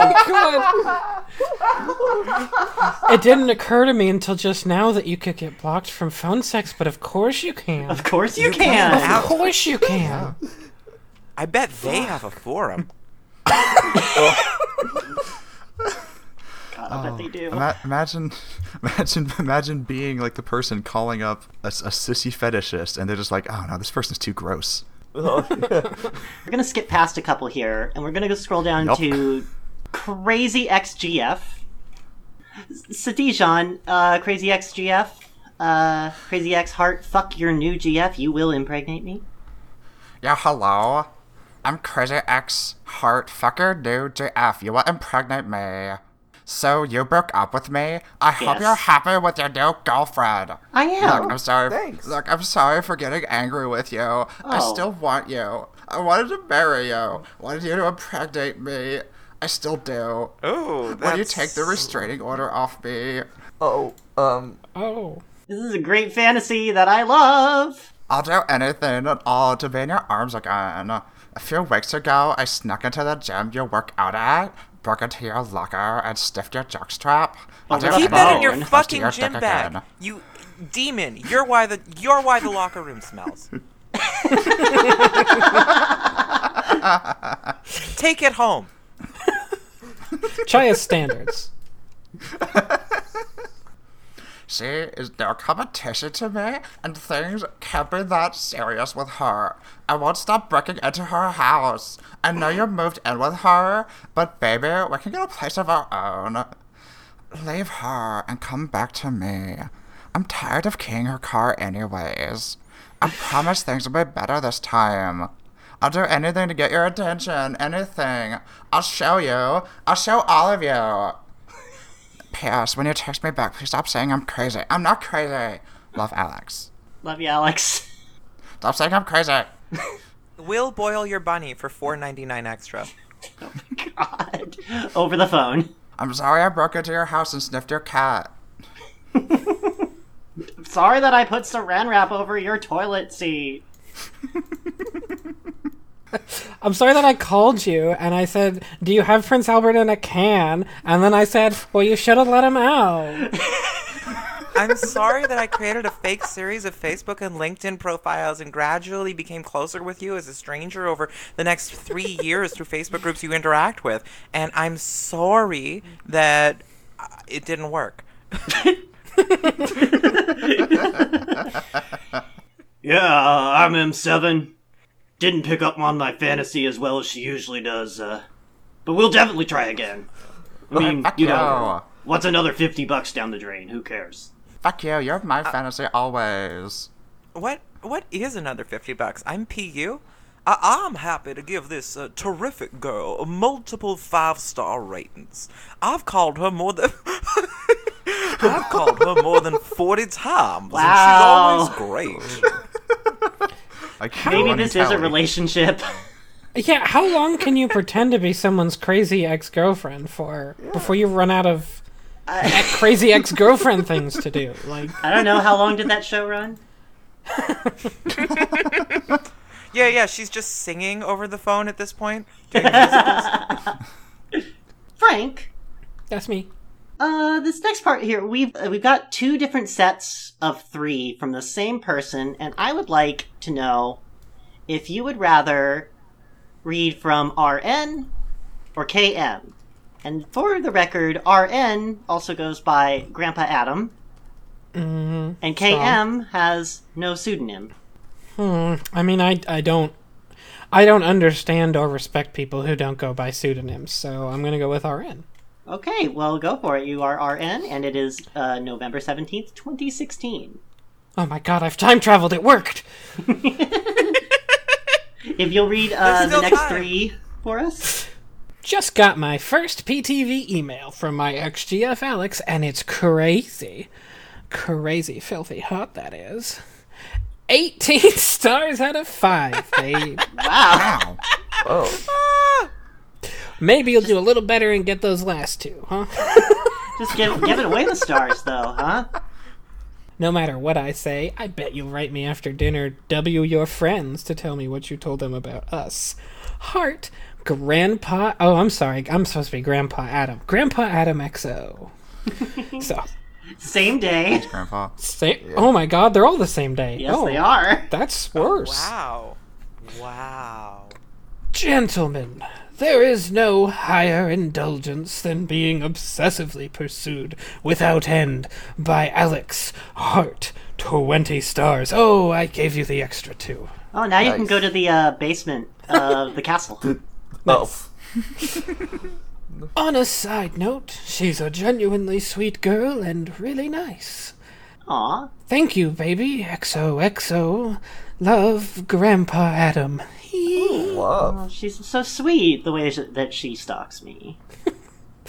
[SPEAKER 8] It didn't occur to me until just now that you could get blocked from phone sex, but of course you can. Of
[SPEAKER 3] course you You can. can.
[SPEAKER 8] Of course you can.
[SPEAKER 2] [laughs]
[SPEAKER 4] I bet they have a forum.
[SPEAKER 3] Yeah, I bet they do.
[SPEAKER 2] Oh, Ima- imagine, [laughs] imagine, imagine being like the person calling up a, s- a sissy fetishist, and they're just like, "Oh no, this person's too gross."
[SPEAKER 3] We're gonna skip past a couple here, and we're gonna go scroll down
[SPEAKER 2] Yup.
[SPEAKER 3] to Crazy XGF. Sadijan, uh, Crazy XGF, uh, Crazy X Heart, fuck your new GF, you will impregnate me.
[SPEAKER 7] Yeah, hello. I'm Crazy X Heart Fucker New JF. You will impregnate me. So you broke up with me. I hope
[SPEAKER 6] Yes.
[SPEAKER 7] you're happy with your new girlfriend.
[SPEAKER 6] I am.
[SPEAKER 7] Look, I'm sorry.
[SPEAKER 6] Thanks.
[SPEAKER 7] Look, I'm sorry for getting angry with you. I
[SPEAKER 6] Oh.
[SPEAKER 7] still want you. I wanted to marry you. Wanted you to impregnate me. I still do.
[SPEAKER 4] Oh,
[SPEAKER 7] Will you take the restraining order off me?
[SPEAKER 1] Oh, um.
[SPEAKER 8] Oh.
[SPEAKER 3] This is a great fantasy that I love.
[SPEAKER 7] I'll do anything at all to be in your arms again. A few weeks ago, I snuck into the gym you work out at, broke into your locker, and stiffed your jockstrap. I'll do
[SPEAKER 4] Keep that in
[SPEAKER 7] anything
[SPEAKER 4] your
[SPEAKER 7] to touch
[SPEAKER 4] fucking
[SPEAKER 7] your
[SPEAKER 4] gym
[SPEAKER 7] dick
[SPEAKER 4] bag.
[SPEAKER 7] again.
[SPEAKER 4] You demon, you're why the you're why the locker room
[SPEAKER 7] [laughs]
[SPEAKER 4] smells. Take it home.
[SPEAKER 8] Chaya's standards.
[SPEAKER 7] She is no competition to me, and things can't be that serious with her. I won't stop breaking into her house. I know you moved in with her, but baby, we can get a place of our own. Leave her and come back to me. I'm tired of keying her car anyways. I promise things will be better this time. I'll do anything to get your attention, anything. I'll show you. I'll show all of you. P.S. When you text me back, please stop saying I'm crazy. I'm not crazy. Love, Alex.
[SPEAKER 3] Love you, Alex.
[SPEAKER 7] Stop saying I'm crazy.
[SPEAKER 4] We'll boil your bunny for four ninety nine extra.
[SPEAKER 3] Over the phone.
[SPEAKER 7] I'm sorry I broke into your house and sniffed your cat.
[SPEAKER 3] Sorry that I put saran wrap over your toilet seat.
[SPEAKER 8] [laughs] I'm sorry that I called you and I said, Do you have Prince Albert in a can? And then I said, Well, you should have let him out.
[SPEAKER 4] I'm sorry that I created a fake series of Facebook and LinkedIn profiles and gradually became closer with you as a stranger over the next three years through Facebook groups you interact with. And I'm sorry that uh, it didn't work.
[SPEAKER 3] [laughs]
[SPEAKER 13] Yeah, uh, I'm M7. Didn't pick up on my fantasy as well as she usually does, uh, but we'll definitely try again. I mean,
[SPEAKER 7] Fuck
[SPEAKER 13] you
[SPEAKER 7] yeah.
[SPEAKER 13] know, what's another 50 bucks down the drain? Who cares?
[SPEAKER 7] Fuck you, you're my fantasy always.
[SPEAKER 4] Uh, What what is another 50 bucks? I'm PU. I- I'm happy to give this uh, terrific girl multiple five-star ratings. I've called her more than [laughs] I've called her more than 40 times. And
[SPEAKER 3] Wow.
[SPEAKER 4] she's always great.
[SPEAKER 3] Maybe this is a relationship.
[SPEAKER 8] [laughs] Yeah, how long can you pretend to be someone's crazy ex girlfriend for before you run out of crazy ex girlfriend things to do? Like,
[SPEAKER 3] I don't know how
[SPEAKER 8] [laughs]
[SPEAKER 3] long did that show run.
[SPEAKER 4] Yeah, yeah, she's just singing over the phone at this point. doing musicals.
[SPEAKER 3] Frank.
[SPEAKER 8] That's me.
[SPEAKER 3] Uh, this next part here, we've uh, we've got two different sets of three from the same person, and I would like to know if you would rather read from RN or KM. And for the record, RN also goes by Grandpa Adam,
[SPEAKER 8] mm,
[SPEAKER 3] and
[SPEAKER 8] so-
[SPEAKER 3] KM has no pseudonym.
[SPEAKER 8] Hmm. I mean, I, I don't I don't understand or respect people who don't go by pseudonyms, so I'm gonna go with RN.
[SPEAKER 3] Okay, well, go for it. You are RN, and it is uh, November 17th, 2016.
[SPEAKER 8] Oh my god, I've time traveled. It worked.
[SPEAKER 3] [laughs] If you'll read uh, the next three for us.
[SPEAKER 8] Just got my first PTV email from my XGF Alex, and it's crazy. Crazy, filthy hot that is. 18 [laughs] stars out of 5. They...
[SPEAKER 3] [laughs] wow.
[SPEAKER 8] Ah! Maybe you'll do a little better and get those last two, huh?
[SPEAKER 3] Just give, give it away the stars, though, huh?
[SPEAKER 8] No matter what I say, I bet you'll write me after dinner, W your friends, to tell me what you told them about us. Heart, Grandpa. Oh, I'm sorry. I'm supposed to be Grandpa Adam. Grandpa Adam
[SPEAKER 3] [laughs]
[SPEAKER 8] XO. so.
[SPEAKER 3] Same day.
[SPEAKER 7] Grandpa.
[SPEAKER 8] Same, [laughs] Oh my god, they're all the same day.
[SPEAKER 3] Yes,
[SPEAKER 8] Oh,
[SPEAKER 3] they are.
[SPEAKER 8] That's worse.
[SPEAKER 4] wow. Wow.
[SPEAKER 8] Gentlemen, There is no higher indulgence than being obsessively pursued without end by Alex Hart. 20 stars. Oh, I gave you the extra two.
[SPEAKER 3] Oh, now you can go to the uh, basement of the castle.
[SPEAKER 1] Nice.
[SPEAKER 8] On a side note, she's a genuinely sweet girl and really nice.
[SPEAKER 3] Aw.
[SPEAKER 8] Thank you, baby. XOXO. Love, Grandpa Adam.
[SPEAKER 3] Oh, she's so sweet the way sh- that she stalks me. [laughs]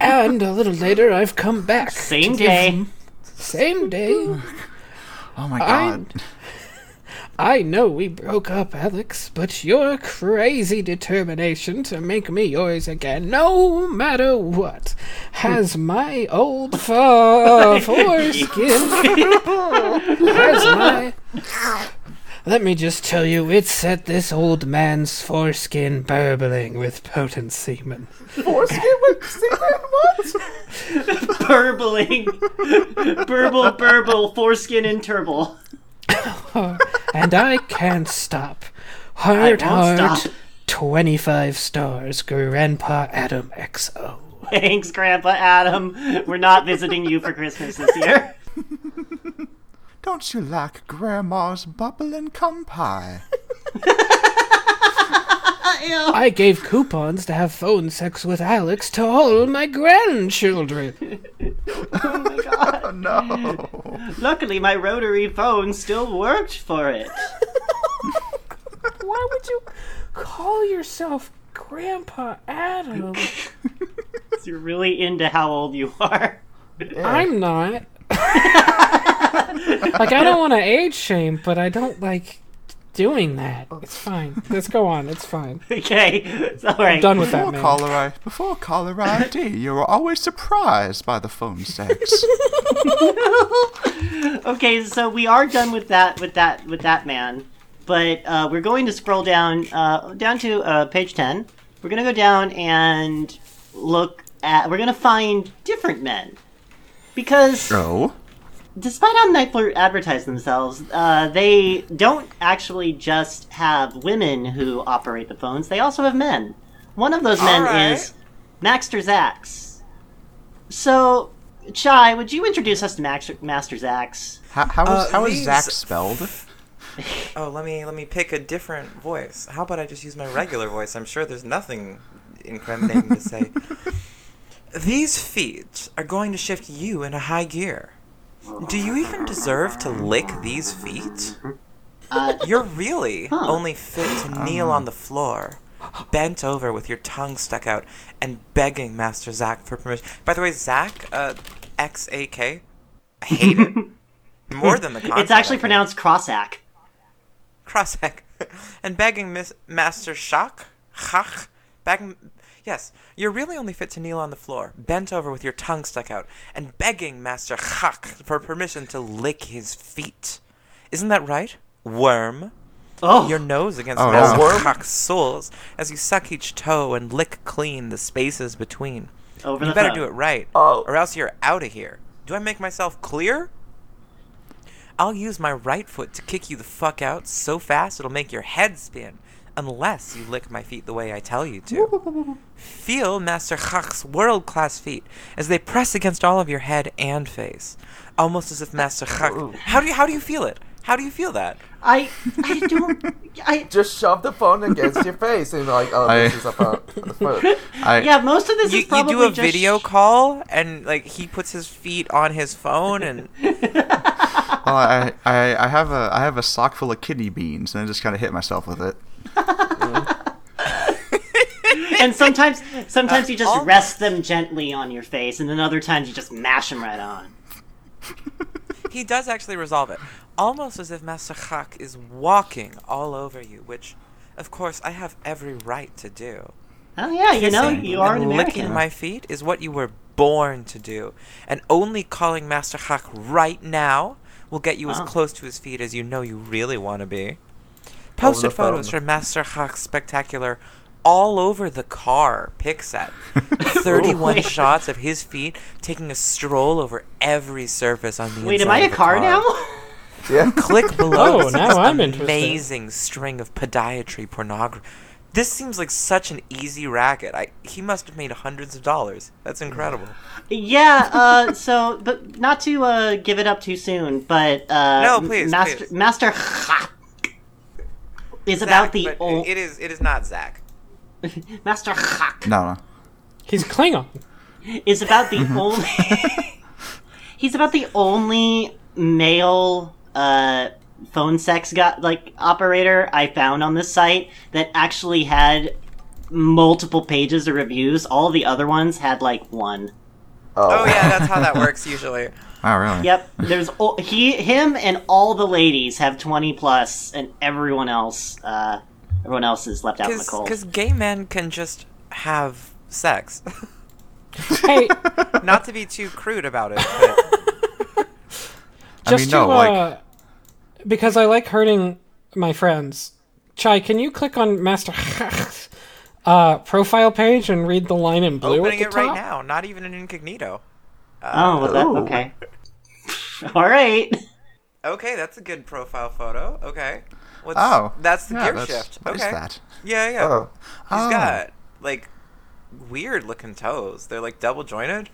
[SPEAKER 8] and a little later, I've come back.
[SPEAKER 3] Same
[SPEAKER 8] to give
[SPEAKER 3] day.
[SPEAKER 8] him- Same day.
[SPEAKER 2] Oh my
[SPEAKER 8] god. I know we broke up, Alex, but your crazy determination to make me yours again, no matter what, has my old fa-
[SPEAKER 4] [laughs]
[SPEAKER 8] Uh,
[SPEAKER 3] [laughs]
[SPEAKER 8] foreskin. has my. Let me just tell you, it set this old man's foreskin burbling with potent semen.
[SPEAKER 1] Foreskin with semen?
[SPEAKER 13] What?
[SPEAKER 3] Burbling. [laughs] burble, burble, foreskin and turble. [laughs]
[SPEAKER 8] and I can't stop. Hard
[SPEAKER 3] I won't
[SPEAKER 8] heart,
[SPEAKER 3] stop.
[SPEAKER 8] 25 stars, Grandpa Adam XO.
[SPEAKER 3] Thanks, Grandpa Adam. We're not visiting you for Christmas this year.
[SPEAKER 7] Don't you like Grandma's bubbling cum pie?
[SPEAKER 8] I gave coupons to have phone sex with Alex to all my grandchildren.
[SPEAKER 3] [laughs] oh, no. [laughs] Luckily, my rotary phone still worked for [laughs] it.
[SPEAKER 8] [laughs] Why would you call yourself Grandpa Adam?
[SPEAKER 3] 'Cause You're really into how old you are.
[SPEAKER 8] I'm not. like, I don't want to age shame, but I don't like doing that. It's fine. Let's go on. It's fine.
[SPEAKER 3] Okay.
[SPEAKER 8] I'm done with
[SPEAKER 2] before
[SPEAKER 8] that, man.
[SPEAKER 2] Caller I, before caller
[SPEAKER 3] [laughs]
[SPEAKER 2] ID, you were always surprised by the phone sex.
[SPEAKER 3] okay, so we are done with that with that with that man, but uh, we're going to scroll down uh, down to uh, page ten. We're gonna go down and look at. We're gonna find different men because
[SPEAKER 2] oh?
[SPEAKER 3] despite how Nightflirt advertise themselves, uh, they don't actually just have women who operate the phones. They also have men. One of those men
[SPEAKER 4] All right.
[SPEAKER 3] is Maxter Zax. So, Chai, would you introduce us to Max- Master Zax?
[SPEAKER 2] How, how
[SPEAKER 4] is- Uh,
[SPEAKER 2] how is
[SPEAKER 4] these-
[SPEAKER 2] Zach spelled?
[SPEAKER 4] [laughs] Oh, let me let me pick a different voice. How about I just use my regular voice? I'm sure there's nothing incriminating to say. These feet are going to shift you into high gear. Do you even deserve to lick these feet? You're really only fit to kneel on the floor, bent over with your tongue stuck out, and begging Master Zack for permission. By the way, Zack, uh, X A K, I hate it more than the concept.
[SPEAKER 3] [laughs] It's actually
[SPEAKER 4] I think.
[SPEAKER 3] pronounced Crossack.
[SPEAKER 4] Crossack, [laughs] and begging Miss Master Shock, Hach, begging. Yes, you're really only fit to kneel on the floor, bent over with your tongue stuck out, and begging Master Hach for permission to lick his feet. Isn't that right, worm?
[SPEAKER 3] Oh.
[SPEAKER 4] Your nose against
[SPEAKER 2] Oh,
[SPEAKER 4] Master
[SPEAKER 2] no.
[SPEAKER 4] Hach's soles as you suck each toe and lick clean the spaces between.
[SPEAKER 3] Over
[SPEAKER 4] you
[SPEAKER 3] the
[SPEAKER 4] better
[SPEAKER 3] thumb.
[SPEAKER 4] do it right, or else you're out of here. Do I make myself clear? I'll use my right foot to kick you the fuck out so fast it'll make your head spin, unless you lick my feet the way I tell you to. Feel Master Chach's world class feet as they press against all of your head and face, almost as if Master Chach. How do you how do you feel it? How do you feel that?
[SPEAKER 3] I I don't. I
[SPEAKER 1] just shove the phone against your face and you're like, oh, this
[SPEAKER 2] I-
[SPEAKER 1] is a phone. [laughs]
[SPEAKER 2] I,
[SPEAKER 3] yeah, most of this
[SPEAKER 4] you,
[SPEAKER 3] is probably
[SPEAKER 4] you do a
[SPEAKER 3] just
[SPEAKER 4] video call and like he puts his feet on his phone and
[SPEAKER 2] Well, Oh, I, I, I have a I have a sock full of kidney beans, and I just kind of hit myself with it.
[SPEAKER 3] and sometimes
[SPEAKER 4] [laughs]
[SPEAKER 3] sometimes you just rest them gently on your face, and then other times you just mash them right on.
[SPEAKER 4] he does actually resolve it, almost as if Master Chak is walking all over you, which, of course, I have every right to do.
[SPEAKER 3] Oh yeah, you know
[SPEAKER 4] Kissing
[SPEAKER 3] you are an
[SPEAKER 4] and
[SPEAKER 3] American.
[SPEAKER 4] Licking my feet is what you were born to do, and only calling Master Hawk right now will get you as
[SPEAKER 3] Wow.
[SPEAKER 4] close to his feet as you know you really want to be.
[SPEAKER 1] the
[SPEAKER 4] Posted photos
[SPEAKER 1] phone.
[SPEAKER 4] from Master Hawk's spectacular all over the car pick
[SPEAKER 1] [laughs]
[SPEAKER 4] set. 31
[SPEAKER 3] Ooh.
[SPEAKER 4] shots of his feet taking a stroll over every surface on the
[SPEAKER 3] Wait,
[SPEAKER 4] inside
[SPEAKER 3] am I a
[SPEAKER 4] of the
[SPEAKER 3] car now?
[SPEAKER 1] Yeah.
[SPEAKER 4] Click below
[SPEAKER 8] Oh,
[SPEAKER 5] [laughs]
[SPEAKER 4] to see
[SPEAKER 8] now
[SPEAKER 4] this
[SPEAKER 8] I'm interested.
[SPEAKER 4] amazing string of podiatry pornography. This seems like such an easy racket. I he must have made hundreds of dollars. That's incredible.
[SPEAKER 3] Yeah, uh, so, but not to uh, give it up too soon, but uh,
[SPEAKER 4] No, please,
[SPEAKER 3] Master
[SPEAKER 4] please.
[SPEAKER 3] Master Ha is
[SPEAKER 4] Zach,
[SPEAKER 3] about the
[SPEAKER 4] but
[SPEAKER 3] old
[SPEAKER 4] It is. It is not Zach.
[SPEAKER 3] [laughs] Master Ha
[SPEAKER 2] No, Mm-hmm. no.
[SPEAKER 8] He's Klingon.
[SPEAKER 3] is about the only. [laughs] he's about the only male uh, phone sex guy, like operator I found on this site that actually had multiple pages of reviews. All the other ones had like one.
[SPEAKER 4] Oh, yeah, that's how
[SPEAKER 2] [laughs]
[SPEAKER 4] that works usually.
[SPEAKER 2] Oh, really?
[SPEAKER 3] Yep. There's o- he, him, and all the ladies have twenty plus, and everyone else, uh, everyone else is left out in the cold.
[SPEAKER 4] Because gay men can just have sex.
[SPEAKER 8] hey,
[SPEAKER 4] [laughs] not to be too crude about it. But
[SPEAKER 2] I
[SPEAKER 8] Just
[SPEAKER 2] mean,
[SPEAKER 8] to,
[SPEAKER 2] no,
[SPEAKER 8] uh,
[SPEAKER 2] like,
[SPEAKER 8] because I like hurting my friends. Chai, can you click on Master [laughs] uh, profile page and read the line in blue
[SPEAKER 4] opening
[SPEAKER 8] at
[SPEAKER 4] it
[SPEAKER 8] the
[SPEAKER 4] right
[SPEAKER 8] top?
[SPEAKER 4] now, not even in incognito.
[SPEAKER 3] oh, well, that,
[SPEAKER 8] Ooh.
[SPEAKER 3] okay. all right.
[SPEAKER 4] Okay, that's a good profile photo. Okay. What's,
[SPEAKER 2] Oh,
[SPEAKER 4] That's the
[SPEAKER 2] yeah,
[SPEAKER 4] gear
[SPEAKER 2] that's-
[SPEAKER 4] shift.
[SPEAKER 2] what is
[SPEAKER 4] okay.
[SPEAKER 2] that?
[SPEAKER 4] Yeah, yeah.
[SPEAKER 2] Oh.
[SPEAKER 4] He's
[SPEAKER 2] Oh.
[SPEAKER 4] got like weird looking toes. They're like double jointed.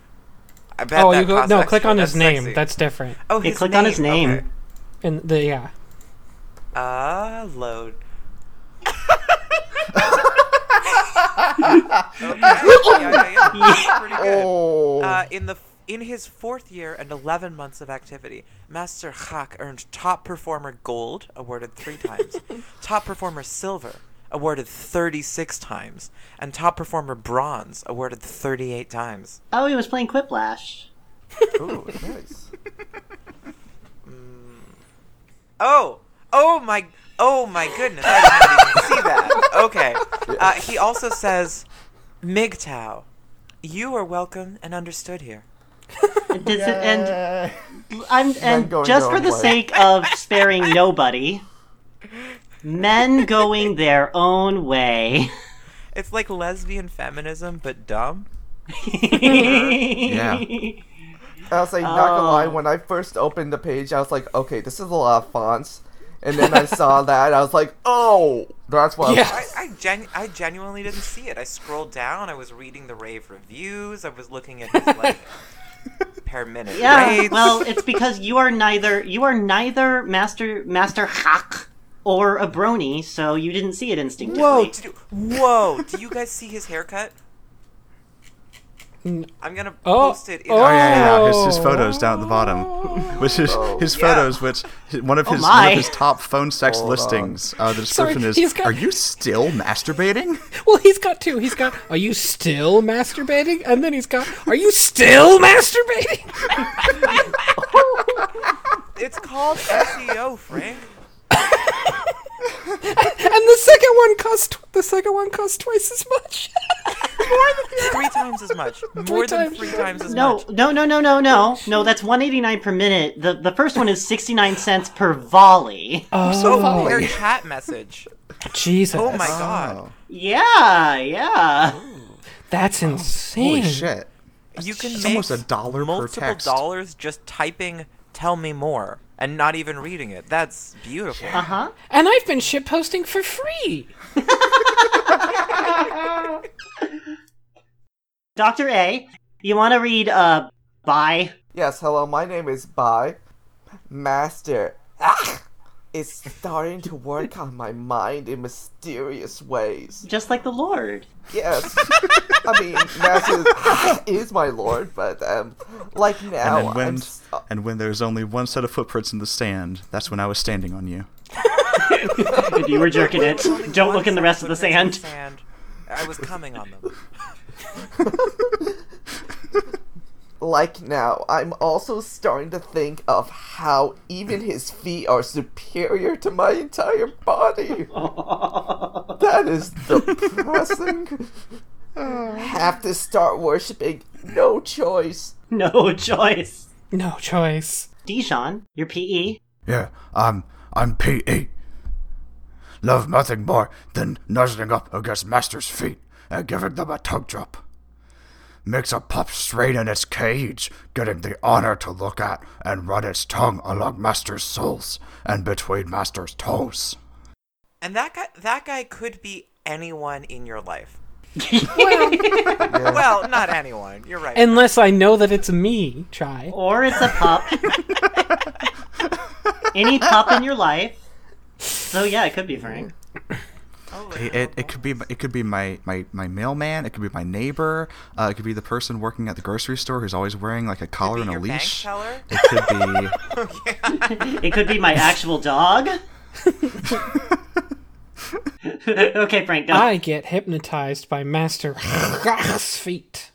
[SPEAKER 4] I bet
[SPEAKER 8] oh,
[SPEAKER 4] that
[SPEAKER 8] you go
[SPEAKER 4] costs
[SPEAKER 8] no.
[SPEAKER 4] extra.
[SPEAKER 8] Click on his
[SPEAKER 4] That's
[SPEAKER 8] name.
[SPEAKER 4] sexy.
[SPEAKER 8] That's different.
[SPEAKER 4] Oh,
[SPEAKER 3] Yeah, his click on his name. name.
[SPEAKER 8] And the yeah.
[SPEAKER 4] Ah, load. [laughs] okay. Yeah, yeah, yeah. That's pretty good.
[SPEAKER 8] Oh,
[SPEAKER 4] Uh, in the in his fourth year and eleven months of activity, Master Hak earned top performer gold, awarded three times, top performer silver, awarded thirty six times, and top performer bronze, awarded thirty eight times.
[SPEAKER 3] Oh, he was playing Quiplash.
[SPEAKER 4] Ooh, nice. Oh, oh my, oh my goodness! I didn't even see that. Okay. Uh, he also says, "Migtow, you are welcome and understood here."
[SPEAKER 3] [laughs] Does it, and I'm
[SPEAKER 4] Men
[SPEAKER 3] and
[SPEAKER 4] going
[SPEAKER 3] just
[SPEAKER 4] their
[SPEAKER 3] for
[SPEAKER 4] own
[SPEAKER 3] the
[SPEAKER 4] way.
[SPEAKER 3] sake of sparing nobody, men going their own way. [laughs]
[SPEAKER 4] It's like lesbian feminism, but dumb.
[SPEAKER 2] [laughs]
[SPEAKER 1] [laughs]
[SPEAKER 2] Yeah.
[SPEAKER 1] I was like, not gonna lie,
[SPEAKER 3] Oh.
[SPEAKER 1] when I first opened the page, I was like, okay, this is a lot of fonts. And then I
[SPEAKER 3] [laughs]
[SPEAKER 1] saw that, and I was like, oh, that's why.
[SPEAKER 4] I, I, genu- I genuinely didn't see it. I scrolled down. I was reading the rave reviews. I was looking at his [laughs] like per minute
[SPEAKER 3] Yeah.
[SPEAKER 4] rates.
[SPEAKER 3] Well, it's because you are neither you are neither master master hack or a brony, so you didn't see it instinctively.
[SPEAKER 4] Whoa! Did you, whoa! Do you guys see his haircut?
[SPEAKER 8] N-
[SPEAKER 4] [laughs] I'm gonna
[SPEAKER 8] Oh,
[SPEAKER 4] post it. In
[SPEAKER 2] Oh yeah, yeah, yeah. His, his photos down at the bottom, which is his photos, which hi- one of
[SPEAKER 3] Oh
[SPEAKER 2] his one
[SPEAKER 3] my.
[SPEAKER 2] of his top phone sex
[SPEAKER 1] Hold on.
[SPEAKER 2] listings. Uh, the
[SPEAKER 8] Sorry,
[SPEAKER 2] description
[SPEAKER 8] he's
[SPEAKER 2] is:
[SPEAKER 8] got-
[SPEAKER 2] Are you still masturbating?
[SPEAKER 8] Well, he's got two. He's got. [laughs] Are you still masturbating? And then he's got. Are you still masturbating?
[SPEAKER 4] [laughs] It's called SEO, Frank.
[SPEAKER 8] [laughs] And the second one cost. The second one cost twice as
[SPEAKER 4] [laughs]
[SPEAKER 8] much.
[SPEAKER 4] Three times as much. More than
[SPEAKER 8] Three times.
[SPEAKER 4] three times as
[SPEAKER 3] No,
[SPEAKER 4] much.
[SPEAKER 3] no, no, no, no, no, no. That's one eighty nine per minute. The the first one is sixty nine cents per volley.
[SPEAKER 2] Oh,
[SPEAKER 4] So their chat
[SPEAKER 2] [laughs]
[SPEAKER 4] message.
[SPEAKER 8] Oh Jesus.
[SPEAKER 4] Oh my god!
[SPEAKER 3] Yeah, yeah.
[SPEAKER 8] That's insane.
[SPEAKER 2] shit.
[SPEAKER 4] You can
[SPEAKER 2] It's
[SPEAKER 4] make
[SPEAKER 2] almost a dollar per
[SPEAKER 4] multiple
[SPEAKER 3] [laughs]
[SPEAKER 2] text.
[SPEAKER 4] dollars [laughs] just typing "tell me more" and not even reading it. That's beautiful.
[SPEAKER 3] Uh huh.
[SPEAKER 8] And I've been shitposting for free.
[SPEAKER 3] Doctor A, you want to read uh bye?
[SPEAKER 1] Yes, hello, my name is Bai. Master, ah, it's starting to work on my mind in mysterious ways.
[SPEAKER 3] Just like the Lord. [laughs]
[SPEAKER 1] Yes, I mean, Master is, [laughs] is my lord, but um, like now,
[SPEAKER 2] and then when
[SPEAKER 1] I'm s-
[SPEAKER 2] and when there's only one set of footprints in the sand, that's when I was standing on you.
[SPEAKER 3] If [laughs] you were jerking it, don't look in the rest of the sand.
[SPEAKER 4] Sand. I was coming on them.
[SPEAKER 1] like now, I'm also starting to think of how even his feet are superior to my entire
[SPEAKER 3] [laughs]
[SPEAKER 1] body. that is depressing. Have to start worshipping. No choice.
[SPEAKER 3] No choice.
[SPEAKER 8] No choice.
[SPEAKER 3] Dijon, your E, PE.
[SPEAKER 10] Yeah, I'm I'm P.E. Love nothing more than nuzzling up against Master's feet and giving them a tug drop. Makes a pup straight in its cage, getting the honor to look at and run its tongue along Master's soles and between Master's toes.
[SPEAKER 4] And that guy, that guy could be anyone in your life.
[SPEAKER 3] well,
[SPEAKER 4] well, not anyone. You're right.
[SPEAKER 8] Unless I know that it's me, Chai.
[SPEAKER 3] Or it's a pup. Any pup in your life. So yeah, it could be Frank.
[SPEAKER 2] It, it, it could be it could be my, my, my mailman. It could be my neighbor. Uh, it could be the person working at the grocery store who's always wearing like a collar and a leash. It could be
[SPEAKER 3] It could be my actual
[SPEAKER 2] [laughs]
[SPEAKER 3] dog. okay, Frank, go.
[SPEAKER 8] I get hypnotized by Master Hra's feet.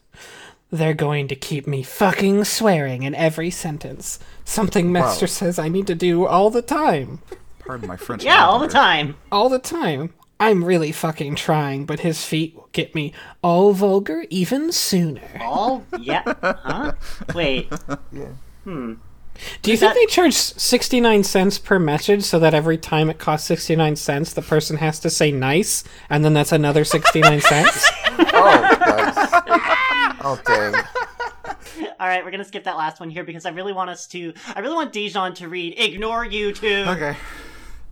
[SPEAKER 8] They're going to keep me fucking swearing in every sentence. Something
[SPEAKER 2] Wow.
[SPEAKER 8] Master says I need to do all the time.
[SPEAKER 2] pardon my French.
[SPEAKER 8] Yeah, all the
[SPEAKER 2] whatever.
[SPEAKER 3] time.
[SPEAKER 8] All the time. I'm really fucking trying, but his feet will get me all vulgar even sooner.
[SPEAKER 3] All yeah. Huh? uh-huh. Wait. Yeah. Hmm.
[SPEAKER 8] Do you think they charge 69 cents per message so that every time it costs 69 cents, the person has to say nice, and then that's another 69 cents?
[SPEAKER 1] Oh dang.
[SPEAKER 3] [laughs] All right, we're gonna skip that last one here because I really want us to. I really want Dijon to read. Ignore you two.
[SPEAKER 2] Okay.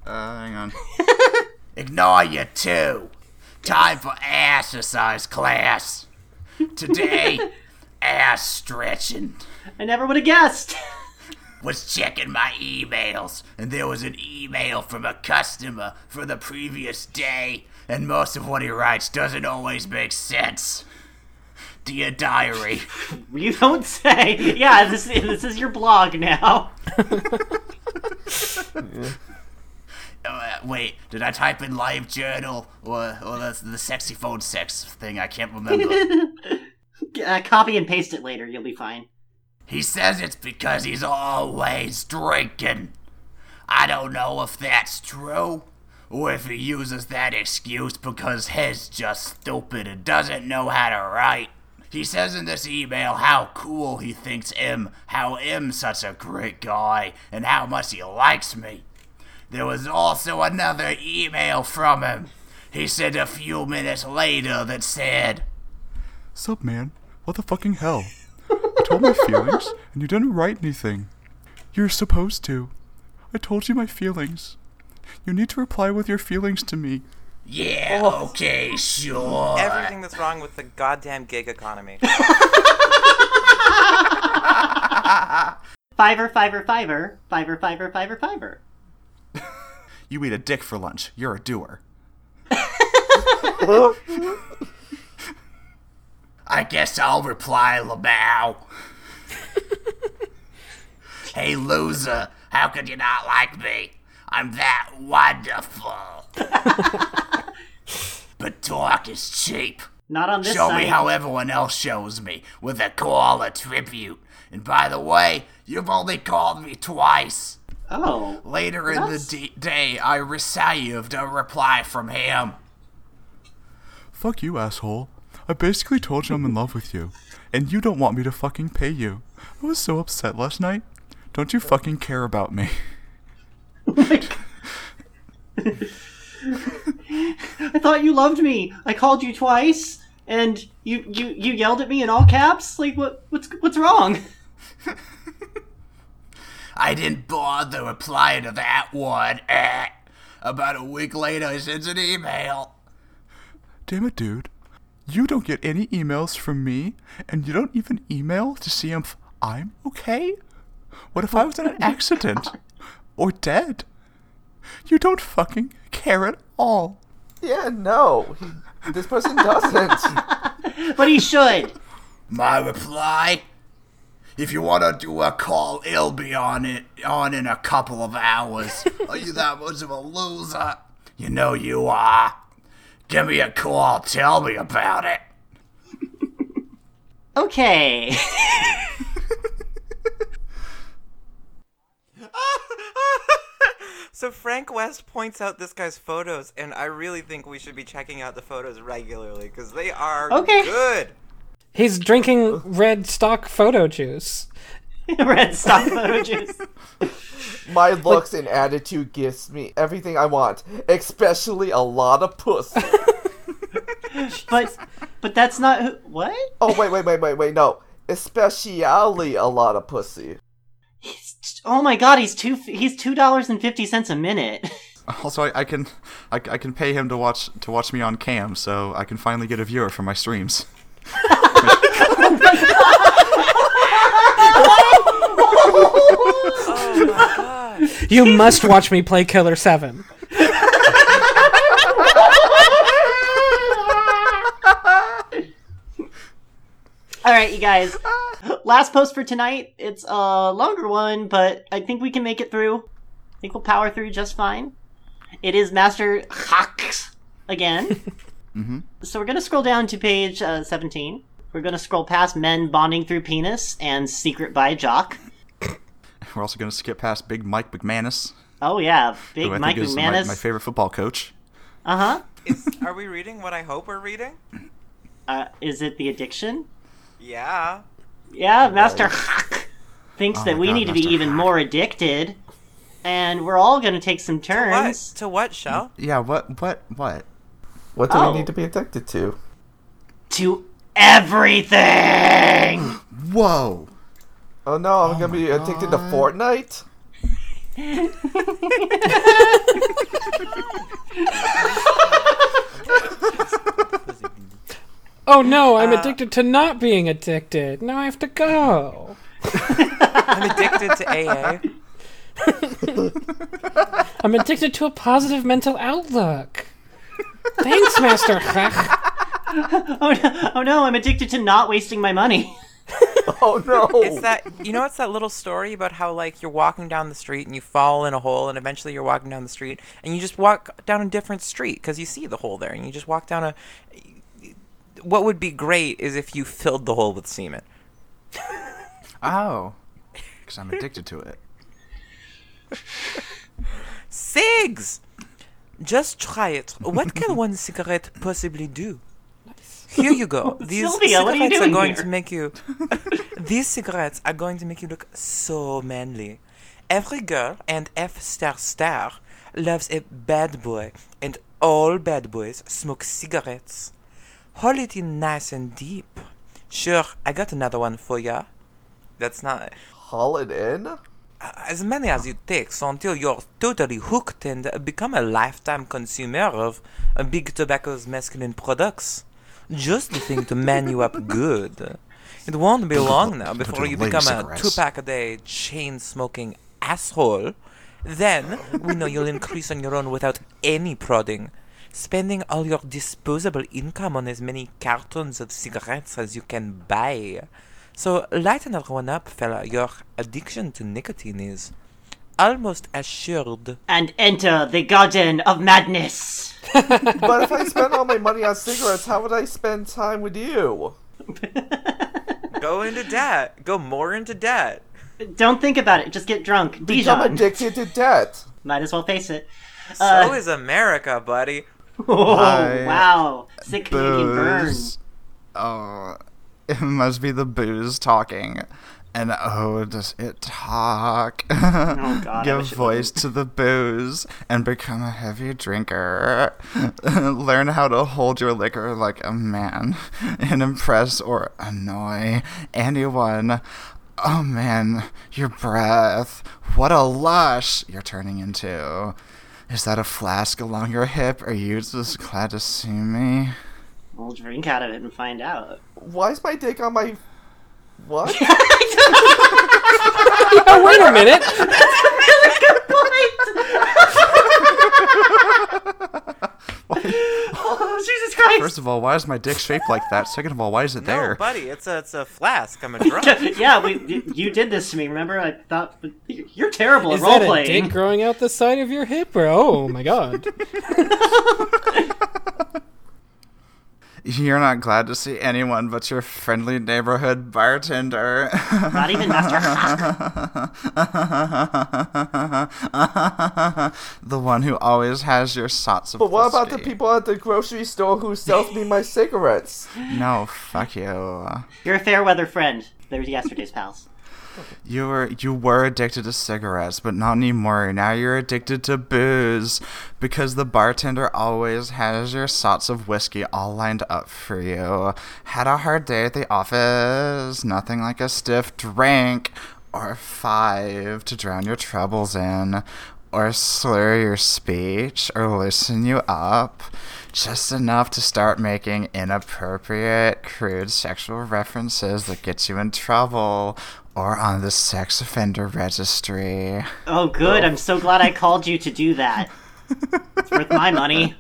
[SPEAKER 2] Uh, hang on.
[SPEAKER 10] Ignore you too. Time for exercise class.
[SPEAKER 3] [laughs]
[SPEAKER 10] Today, ass stretching.
[SPEAKER 3] I never would have guessed.
[SPEAKER 10] Was checking my emails, and there was an email from a customer for the previous day, and most of what he writes doesn't always make sense. Dear diary.
[SPEAKER 3] [laughs] You don't say. [laughs] Yeah, this this is your blog
[SPEAKER 2] [laughs]
[SPEAKER 3] now.
[SPEAKER 10] Uh, wait, did I type in live journal or or that's the sexy phone sex thing? I can't remember.
[SPEAKER 3] [laughs] uh, copy and paste it later. You'll be fine.
[SPEAKER 10] he says it's because he's always drinking. I don't know if that's true or if he uses that excuse because he's just stupid and doesn't know how to write. He says in this email how cool he thinks M, how M's such a great guy, and how much he likes me. There was also another email from him. He said a few minutes later that said,
[SPEAKER 2] Sup, man? What the fucking hell? I told my feelings, and you didn't write anything. You're supposed to. I told you my feelings. You need to reply with your feelings to me.
[SPEAKER 10] Yeah,
[SPEAKER 3] Oh.
[SPEAKER 10] okay, sure.
[SPEAKER 4] Everything that's wrong with the goddamn gig economy.
[SPEAKER 3] Fiverr, Fiverr, Fiverr, Fiverr, Fiverr, Fiverr, Fiverr.
[SPEAKER 2] You eat a dick for lunch. You're a doer.
[SPEAKER 10] I guess I'll reply Lamau. hey, loser, how could you not like me? I'm that wonderful. but talk is cheap.
[SPEAKER 3] Not on this
[SPEAKER 10] Show
[SPEAKER 3] side.
[SPEAKER 10] me how everyone else shows me with a call or tribute. And by the way, you've only called me twice.
[SPEAKER 3] Oh.
[SPEAKER 10] Later in
[SPEAKER 2] that's-
[SPEAKER 10] the d- day, I received a reply from him.
[SPEAKER 2] Fuck you, asshole. I basically told you I'm in love with you, and you don't want me to fucking pay you. I was so upset last night. Don't you fucking care about me? [laughs]
[SPEAKER 3] I thought you loved me. I called you twice, and you you you yelled at me in all caps. Like what what's what's wrong?
[SPEAKER 10] I didn't bother replying to that one. Eh. About a week later, he sends an email.
[SPEAKER 2] Damn it, dude. You don't get any emails from me, and you don't even email to see if I'm okay? What if I was in an
[SPEAKER 1] [laughs]
[SPEAKER 2] accident? Or dead? You don't fucking care at all.
[SPEAKER 1] Yeah, no. He, this person doesn't.
[SPEAKER 3] [laughs] But he should.
[SPEAKER 10] My
[SPEAKER 3] [laughs]
[SPEAKER 10] reply: If you want to do a call, it'll be on it on in a couple of hours. Are you that much of a loser? You know you are. Give me a call. Tell me about it.
[SPEAKER 3] Okay.
[SPEAKER 4] So Frank West points out this guy's photos, and I really think we should be checking out the photos regularly because they are
[SPEAKER 3] Okay.
[SPEAKER 4] good.
[SPEAKER 8] He's drinking red stock photo juice.
[SPEAKER 3] [laughs] Red stock photo juice.
[SPEAKER 1] My looks and attitude gives me everything I want, especially a lot of puss.
[SPEAKER 3] [laughs] but but that's not who, what?
[SPEAKER 1] Oh wait, wait, wait, wait, wait. No, especially a lot of pussy.
[SPEAKER 3] Oh my god, he's two he's two dollars and fifty cents a minute. [laughs]
[SPEAKER 7] [laughs] Also, I, I can I, I can pay him to watch to watch me on cam, so I can finally get a viewer for my streams.
[SPEAKER 8] [laughs]
[SPEAKER 7] [laughs]
[SPEAKER 8] You must watch me play Killer 7.
[SPEAKER 3] All right, you guys. Last post for tonight. It's a longer one, but I think we can make it through. I think we'll power through just fine. It is Master Hawks again.
[SPEAKER 7] Mm-hmm.
[SPEAKER 3] so we're going to scroll down to page uh, 17. We're going to scroll past Men Bonding Through Penis and Secret by Jock.
[SPEAKER 7] We're also going to skip past Big Mike McManus,
[SPEAKER 3] Oh, yeah. Big
[SPEAKER 7] who I
[SPEAKER 3] Mike
[SPEAKER 7] think is my,
[SPEAKER 3] McManus.
[SPEAKER 7] my favorite football coach.
[SPEAKER 3] Uh huh.
[SPEAKER 4] Is, are we reading what I hope we're reading?
[SPEAKER 3] Uh, is it the addiction?
[SPEAKER 4] Yeah.
[SPEAKER 3] [laughs] Yeah, Master Hawk thinks
[SPEAKER 4] Oh
[SPEAKER 3] that
[SPEAKER 4] my
[SPEAKER 3] we
[SPEAKER 4] God,
[SPEAKER 3] need to be
[SPEAKER 4] Master
[SPEAKER 3] even more addicted, and we're all going to take some
[SPEAKER 4] What?
[SPEAKER 3] turns.
[SPEAKER 4] To what show?
[SPEAKER 7] Yeah, what, what, what?
[SPEAKER 1] What do
[SPEAKER 3] Oh.
[SPEAKER 1] we need to be addicted to?
[SPEAKER 3] To everything!
[SPEAKER 7] Whoa!
[SPEAKER 1] Oh no, I'm gonna be addicted to Fortnite?
[SPEAKER 8] Oh no,
[SPEAKER 3] Uh,
[SPEAKER 8] I'm addicted to not being addicted. Now I have to go.
[SPEAKER 4] I'm addicted to AA.
[SPEAKER 8] I'm addicted to a positive mental outlook. Thanks,
[SPEAKER 3] [laughs]
[SPEAKER 8] Master Hawk.
[SPEAKER 3] oh, no, [laughs] oh no, I'm addicted to not wasting my money. [laughs]
[SPEAKER 1] [laughs] oh no!
[SPEAKER 4] It's that you know it's that little story about how like you're walking down the street and you fall in a hole and eventually you're walking down the street and you just walk down a different street because you see the hole there and you just walk down a. What would be great is if you filled the hole with semen.
[SPEAKER 7] Oh, because I'm addicted to it.
[SPEAKER 4] Cigs! Just try it. What can one cigarette possibly do? Here you
[SPEAKER 3] [laughs]
[SPEAKER 4] go. These
[SPEAKER 3] Sylvia, what are
[SPEAKER 4] cigarettes
[SPEAKER 3] you doing
[SPEAKER 4] going
[SPEAKER 3] here?
[SPEAKER 4] to make you.
[SPEAKER 3] [laughs]
[SPEAKER 4] These cigarettes are going to make you look so manly. Every girl and F star star loves a bad boy, and all bad boys smoke cigarettes. Hold it in nice and deep. Sure, I got another one for ya. That's not
[SPEAKER 1] Haul it in?
[SPEAKER 4] as many as it takes until you're totally hooked and become a lifetime consumer of uh, Big Tobacco's masculine products. Just the thing to man you
[SPEAKER 1] [laughs]
[SPEAKER 4] up good. It won't be long now before you become a
[SPEAKER 5] Cigarettes.
[SPEAKER 4] two pack a day chain smoking asshole. Then we know you'll increase on your own without any prodding, spending all your disposable income on as many cartons of cigarettes as you can buy. So lighten everyone up, fella. Your addiction to nicotine is almost assured.
[SPEAKER 3] And enter the Garden of Madness.
[SPEAKER 1] But if I spend all my money on cigarettes, how would I spend time with you?
[SPEAKER 4] Go into
[SPEAKER 3] [laughs]
[SPEAKER 4] debt. Go more into debt.
[SPEAKER 3] Don't think about it. Just get drunk.
[SPEAKER 1] Become
[SPEAKER 3] Dijon.
[SPEAKER 1] addicted to debt.
[SPEAKER 3] Might as well face it.
[SPEAKER 4] So
[SPEAKER 3] Uh,
[SPEAKER 4] is America, buddy.
[SPEAKER 3] Oh, wow. Sick Canadian burn.
[SPEAKER 7] Booze. Oh, it must be the booze talking. And oh, does it talk?
[SPEAKER 3] Oh, God, I
[SPEAKER 7] Give
[SPEAKER 3] wish it
[SPEAKER 7] voice to the booze and become a heavy drinker. [laughs] Learn how to hold your liquor like a man and impress or annoy anyone. Oh man, your breath. What a lush you're turning into. Is that a flask along your hip? Are you just glad to see me?
[SPEAKER 3] We'll drink out of it and find out.
[SPEAKER 1] Why is my dick on my. What?
[SPEAKER 8] Oh, wait a
[SPEAKER 3] [laughs]
[SPEAKER 8] minute.
[SPEAKER 3] Oh, [laughs] Jesus Christ! [laughs]
[SPEAKER 7] First of all, why is my dick shaped like that? Second of all, why is it
[SPEAKER 4] No,
[SPEAKER 7] there?
[SPEAKER 4] buddy, it's a it's a flask. I'm a drunk.
[SPEAKER 3] [laughs] yeah, we y- you did this to me. Remember, I thought you're terrible at
[SPEAKER 8] Is that
[SPEAKER 3] role
[SPEAKER 8] a dick
[SPEAKER 3] playing.
[SPEAKER 8] growing out the side of your hip? Or, oh my
[SPEAKER 3] [laughs]
[SPEAKER 8] god.
[SPEAKER 7] You're not glad to see anyone but your friendly neighborhood bartender.
[SPEAKER 3] Not
[SPEAKER 8] [laughs]
[SPEAKER 3] even Master Hawk.
[SPEAKER 7] [laughs] the one who always has your shots of
[SPEAKER 1] But what about the
[SPEAKER 7] whiskey.
[SPEAKER 1] people at the grocery store Oh, who sells me my cigarettes?
[SPEAKER 7] No, fuck you.
[SPEAKER 3] [laughs] You're a fair weather friend. There's yesterday's pals.
[SPEAKER 7] You were you were addicted to cigarettes, but not anymore. Now you're addicted to booze because the bartender always has your shots of whiskey all lined up for you. Had a hard day at the office. Nothing like a stiff drink or five to drown your troubles in. or slur your speech or loosen you up just enough to start making inappropriate, crude sexual references that gets you in trouble or on the sex offender registry.
[SPEAKER 3] Oh, good. I'm so glad I called you to do that. It's worth my money.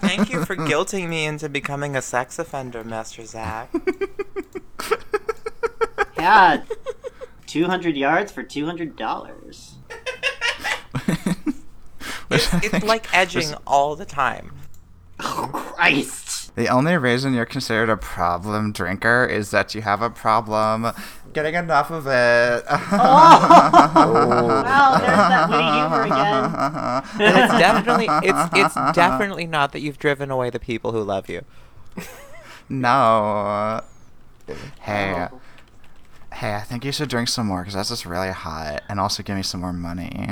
[SPEAKER 4] Thank you for guilting me into becoming a sex offender, Master Zach.
[SPEAKER 3] Yeah. 200 yards
[SPEAKER 8] [laughs]
[SPEAKER 3] for $200.
[SPEAKER 4] It's, it's like edging all the time.
[SPEAKER 3] Christ.
[SPEAKER 7] The only reason you're considered a problem drinker is that you have a problem getting enough of it.
[SPEAKER 3] [laughs]
[SPEAKER 4] Wow, there's that witty humor again. it's definitely it's it's
[SPEAKER 5] [laughs]
[SPEAKER 4] definitely not that you've driven away the people who love you.
[SPEAKER 7] No. Hey. Hey, I think you should drink some more because that's just really hot. And also give me some more money.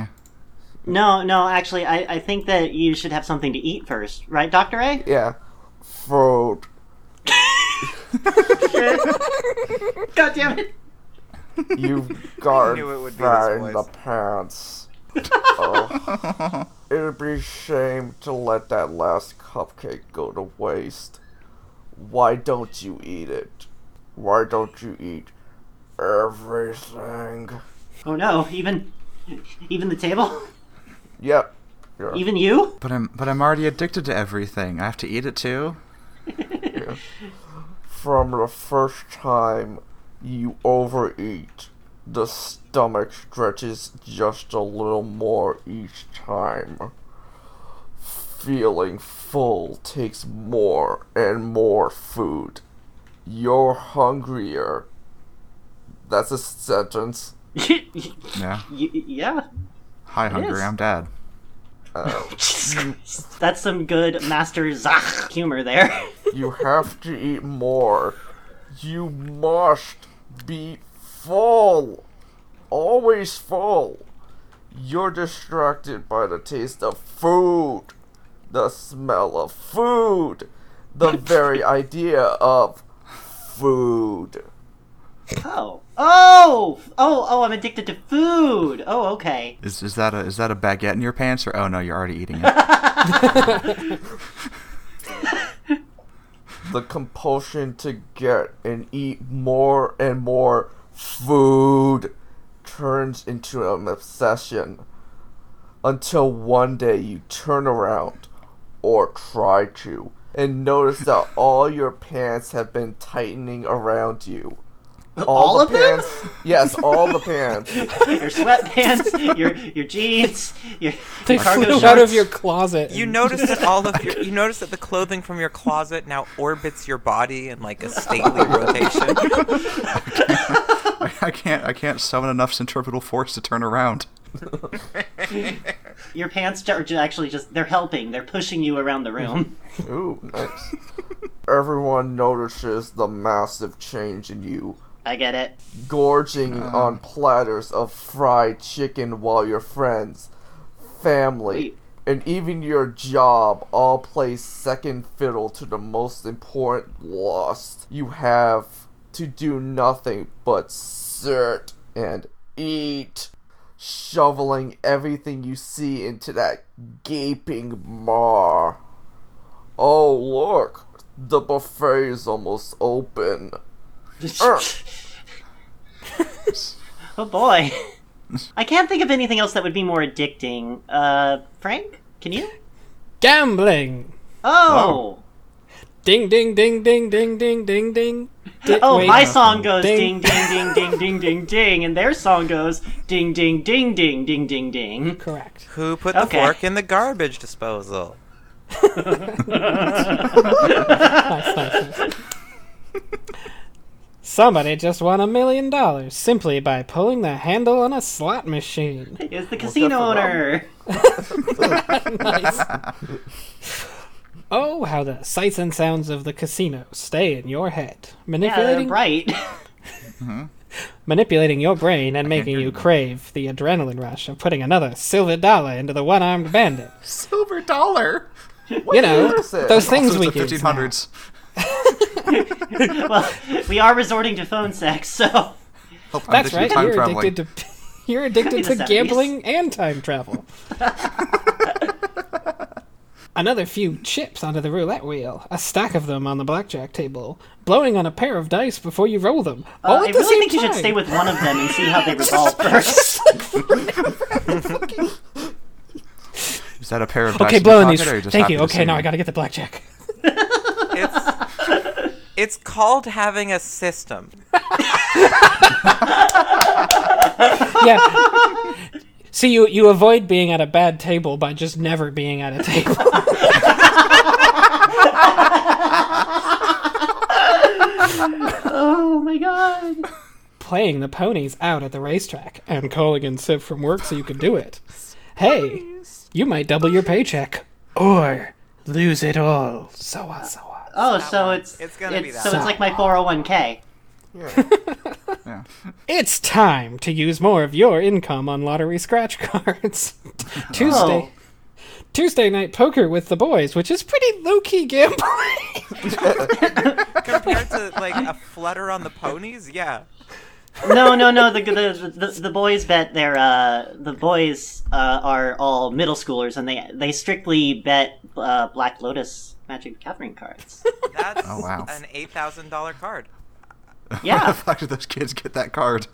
[SPEAKER 3] No, no, actually, I, I think that you should have something to eat first, right, Dr. A?
[SPEAKER 1] Yeah. Food.
[SPEAKER 3] [laughs] God damn it.
[SPEAKER 1] [laughs] You guard
[SPEAKER 3] knew it would be this
[SPEAKER 1] find the
[SPEAKER 3] voice. [laughs]
[SPEAKER 1] pants. oh. It would be a shame to let that last cupcake go to waste. Why don't you eat it? Why don't you eat everything?
[SPEAKER 3] Oh no, even even the table?
[SPEAKER 1] Yep.
[SPEAKER 3] Even you?
[SPEAKER 7] But I'm but I'm already addicted to everything. I have to eat it too.
[SPEAKER 1] From the first time you overeat, the stomach stretches just a little more each time. Feeling full takes more and more food. You're hungrier. That's a sentence.
[SPEAKER 7] Yeah.
[SPEAKER 3] Y- yeah.
[SPEAKER 7] Hi,
[SPEAKER 3] It
[SPEAKER 7] hungry.
[SPEAKER 3] is.
[SPEAKER 7] I'm dead.
[SPEAKER 1] Oh.
[SPEAKER 3] That's some good Master Zach humor there.
[SPEAKER 1] you have to eat more. You must be full. Always full. You're distracted by the taste of food, the smell of food, the very idea of food.
[SPEAKER 3] Oh. Oh! Oh, oh, I'm addicted to food! Oh,
[SPEAKER 2] [laughs]
[SPEAKER 3] okay.
[SPEAKER 7] Is is that a is that a baguette in your pants or oh no, you're already eating it.
[SPEAKER 1] The compulsion to get and eat more and more food turns into an obsession until one day you turn around or try to and notice that all your pants have been tightening around you.
[SPEAKER 3] All
[SPEAKER 1] All, the
[SPEAKER 3] of them?
[SPEAKER 1] pants? Yes, all the pants.
[SPEAKER 3] [laughs] Your sweatpants, your your jeans, your,
[SPEAKER 8] They
[SPEAKER 3] your cargo
[SPEAKER 8] flew
[SPEAKER 3] shorts.
[SPEAKER 8] out of your closet.
[SPEAKER 4] You
[SPEAKER 8] and-
[SPEAKER 4] notice that all of your, you notice that the clothing from your closet now orbits your body in like a stately
[SPEAKER 2] [laughs]
[SPEAKER 7] [laughs]
[SPEAKER 4] rotation.
[SPEAKER 7] I, I can't I can't summon enough centripetal force to turn around.
[SPEAKER 3] Your pants are ju- actually just, they're helping. They're pushing you around the room.
[SPEAKER 1] Mm-hmm. Ooh, nice. [laughs] Everyone notices the massive change in you.
[SPEAKER 3] I get it.
[SPEAKER 1] Gorging on platters of fried chicken while your friends, family, and even your job all play second fiddle to the most important loss you have to do nothing but sit and eat, shoveling everything you see into that gaping maw. Oh, look! The buffet is almost
[SPEAKER 3] [laughs]
[SPEAKER 1] open. Er,
[SPEAKER 3] [laughs] Oh boy. I can't think of anything else that would be more addicting. Uh, Frank? Can you?
[SPEAKER 8] Gambling.
[SPEAKER 3] Oh.
[SPEAKER 8] Ding ding ding ding ding ding ding ding. Di-
[SPEAKER 3] Oh,
[SPEAKER 8] wait.
[SPEAKER 3] my song goes ding ding ding ding ding ding ding, and their song goes ding ding ding ding ding ding ding.
[SPEAKER 8] Correct.
[SPEAKER 4] Who put the
[SPEAKER 3] Okay.
[SPEAKER 4] fork in the garbage disposal?
[SPEAKER 8] [laughs]
[SPEAKER 3] [laughs]
[SPEAKER 8] Nice, nice, nice. Somebody just won a million dollars simply by pulling the handle on a slot machine.
[SPEAKER 3] It's the casino owner.
[SPEAKER 8] nice. [laughs] Oh, how the sights and sounds of the casino stay in your head,
[SPEAKER 3] Yeah,
[SPEAKER 8] manipulating
[SPEAKER 3] right.
[SPEAKER 8] [laughs] manipulating your brain and making
[SPEAKER 3] [laughs]
[SPEAKER 8] you crave the adrenaline rush of putting another silver dollar into the one-armed bandit.
[SPEAKER 7] Silver dollar.
[SPEAKER 8] you know,
[SPEAKER 7] is it?
[SPEAKER 8] those things
[SPEAKER 7] Also,
[SPEAKER 8] we
[SPEAKER 7] it's the
[SPEAKER 8] use.
[SPEAKER 7] 1500s.
[SPEAKER 3] [laughs] well, we are resorting to phone sex, so
[SPEAKER 8] That's
[SPEAKER 7] I'm addicted
[SPEAKER 8] right.
[SPEAKER 7] to time
[SPEAKER 8] You're
[SPEAKER 7] traveling.
[SPEAKER 8] addicted to [laughs] You're addicted
[SPEAKER 3] In
[SPEAKER 8] to
[SPEAKER 3] the 70s.
[SPEAKER 8] gambling and time [laughs] travel. Another few chips onto the roulette wheel, a stack of them on the blackjack table, blowing on a pair of dice before you roll them.
[SPEAKER 3] Uh,
[SPEAKER 8] all
[SPEAKER 3] I
[SPEAKER 8] at the
[SPEAKER 3] really
[SPEAKER 8] same
[SPEAKER 3] think you should
[SPEAKER 8] time.
[SPEAKER 3] stay with one of them and
[SPEAKER 4] [laughs]
[SPEAKER 3] see how they resolve first.
[SPEAKER 10] Is that a pair of dice
[SPEAKER 8] okay,
[SPEAKER 10] in your
[SPEAKER 8] blowing these.
[SPEAKER 10] pocket, or you just
[SPEAKER 8] Thank
[SPEAKER 10] happy
[SPEAKER 8] you.
[SPEAKER 10] to
[SPEAKER 8] Okay,
[SPEAKER 10] see
[SPEAKER 8] now
[SPEAKER 10] me?
[SPEAKER 8] I gotta get the blackjack.
[SPEAKER 4] It's called having a system.
[SPEAKER 8] yeah. [laughs] See, you you avoid being at a bad table by just never being at a table.
[SPEAKER 3] oh my god.
[SPEAKER 8] playing the ponies out at the racetrack and calling in sick from work so you can do it. Hey, you might double your paycheck or lose it all.
[SPEAKER 3] [laughs]
[SPEAKER 8] So what? So what?
[SPEAKER 3] Oh, so it's it's
[SPEAKER 4] gonna
[SPEAKER 3] be that. So it's like my 401k.
[SPEAKER 8] It's time to use more of your income on lottery scratch cards. Tuesday. Tuesday night poker with the boys, which is pretty low key gambling. [laughs]
[SPEAKER 4] Compared to like a flutter on the ponies, yeah.
[SPEAKER 3] no, no, no. The, the the the boys bet their uh the boys uh are all middle schoolers and they they strictly bet uh Black Lotus Magic the Gathering cards.
[SPEAKER 4] That's
[SPEAKER 10] Oh, wow.
[SPEAKER 4] an eight thousand dollar card.
[SPEAKER 3] Yeah.
[SPEAKER 10] [laughs] How the fuck did those kids get that card?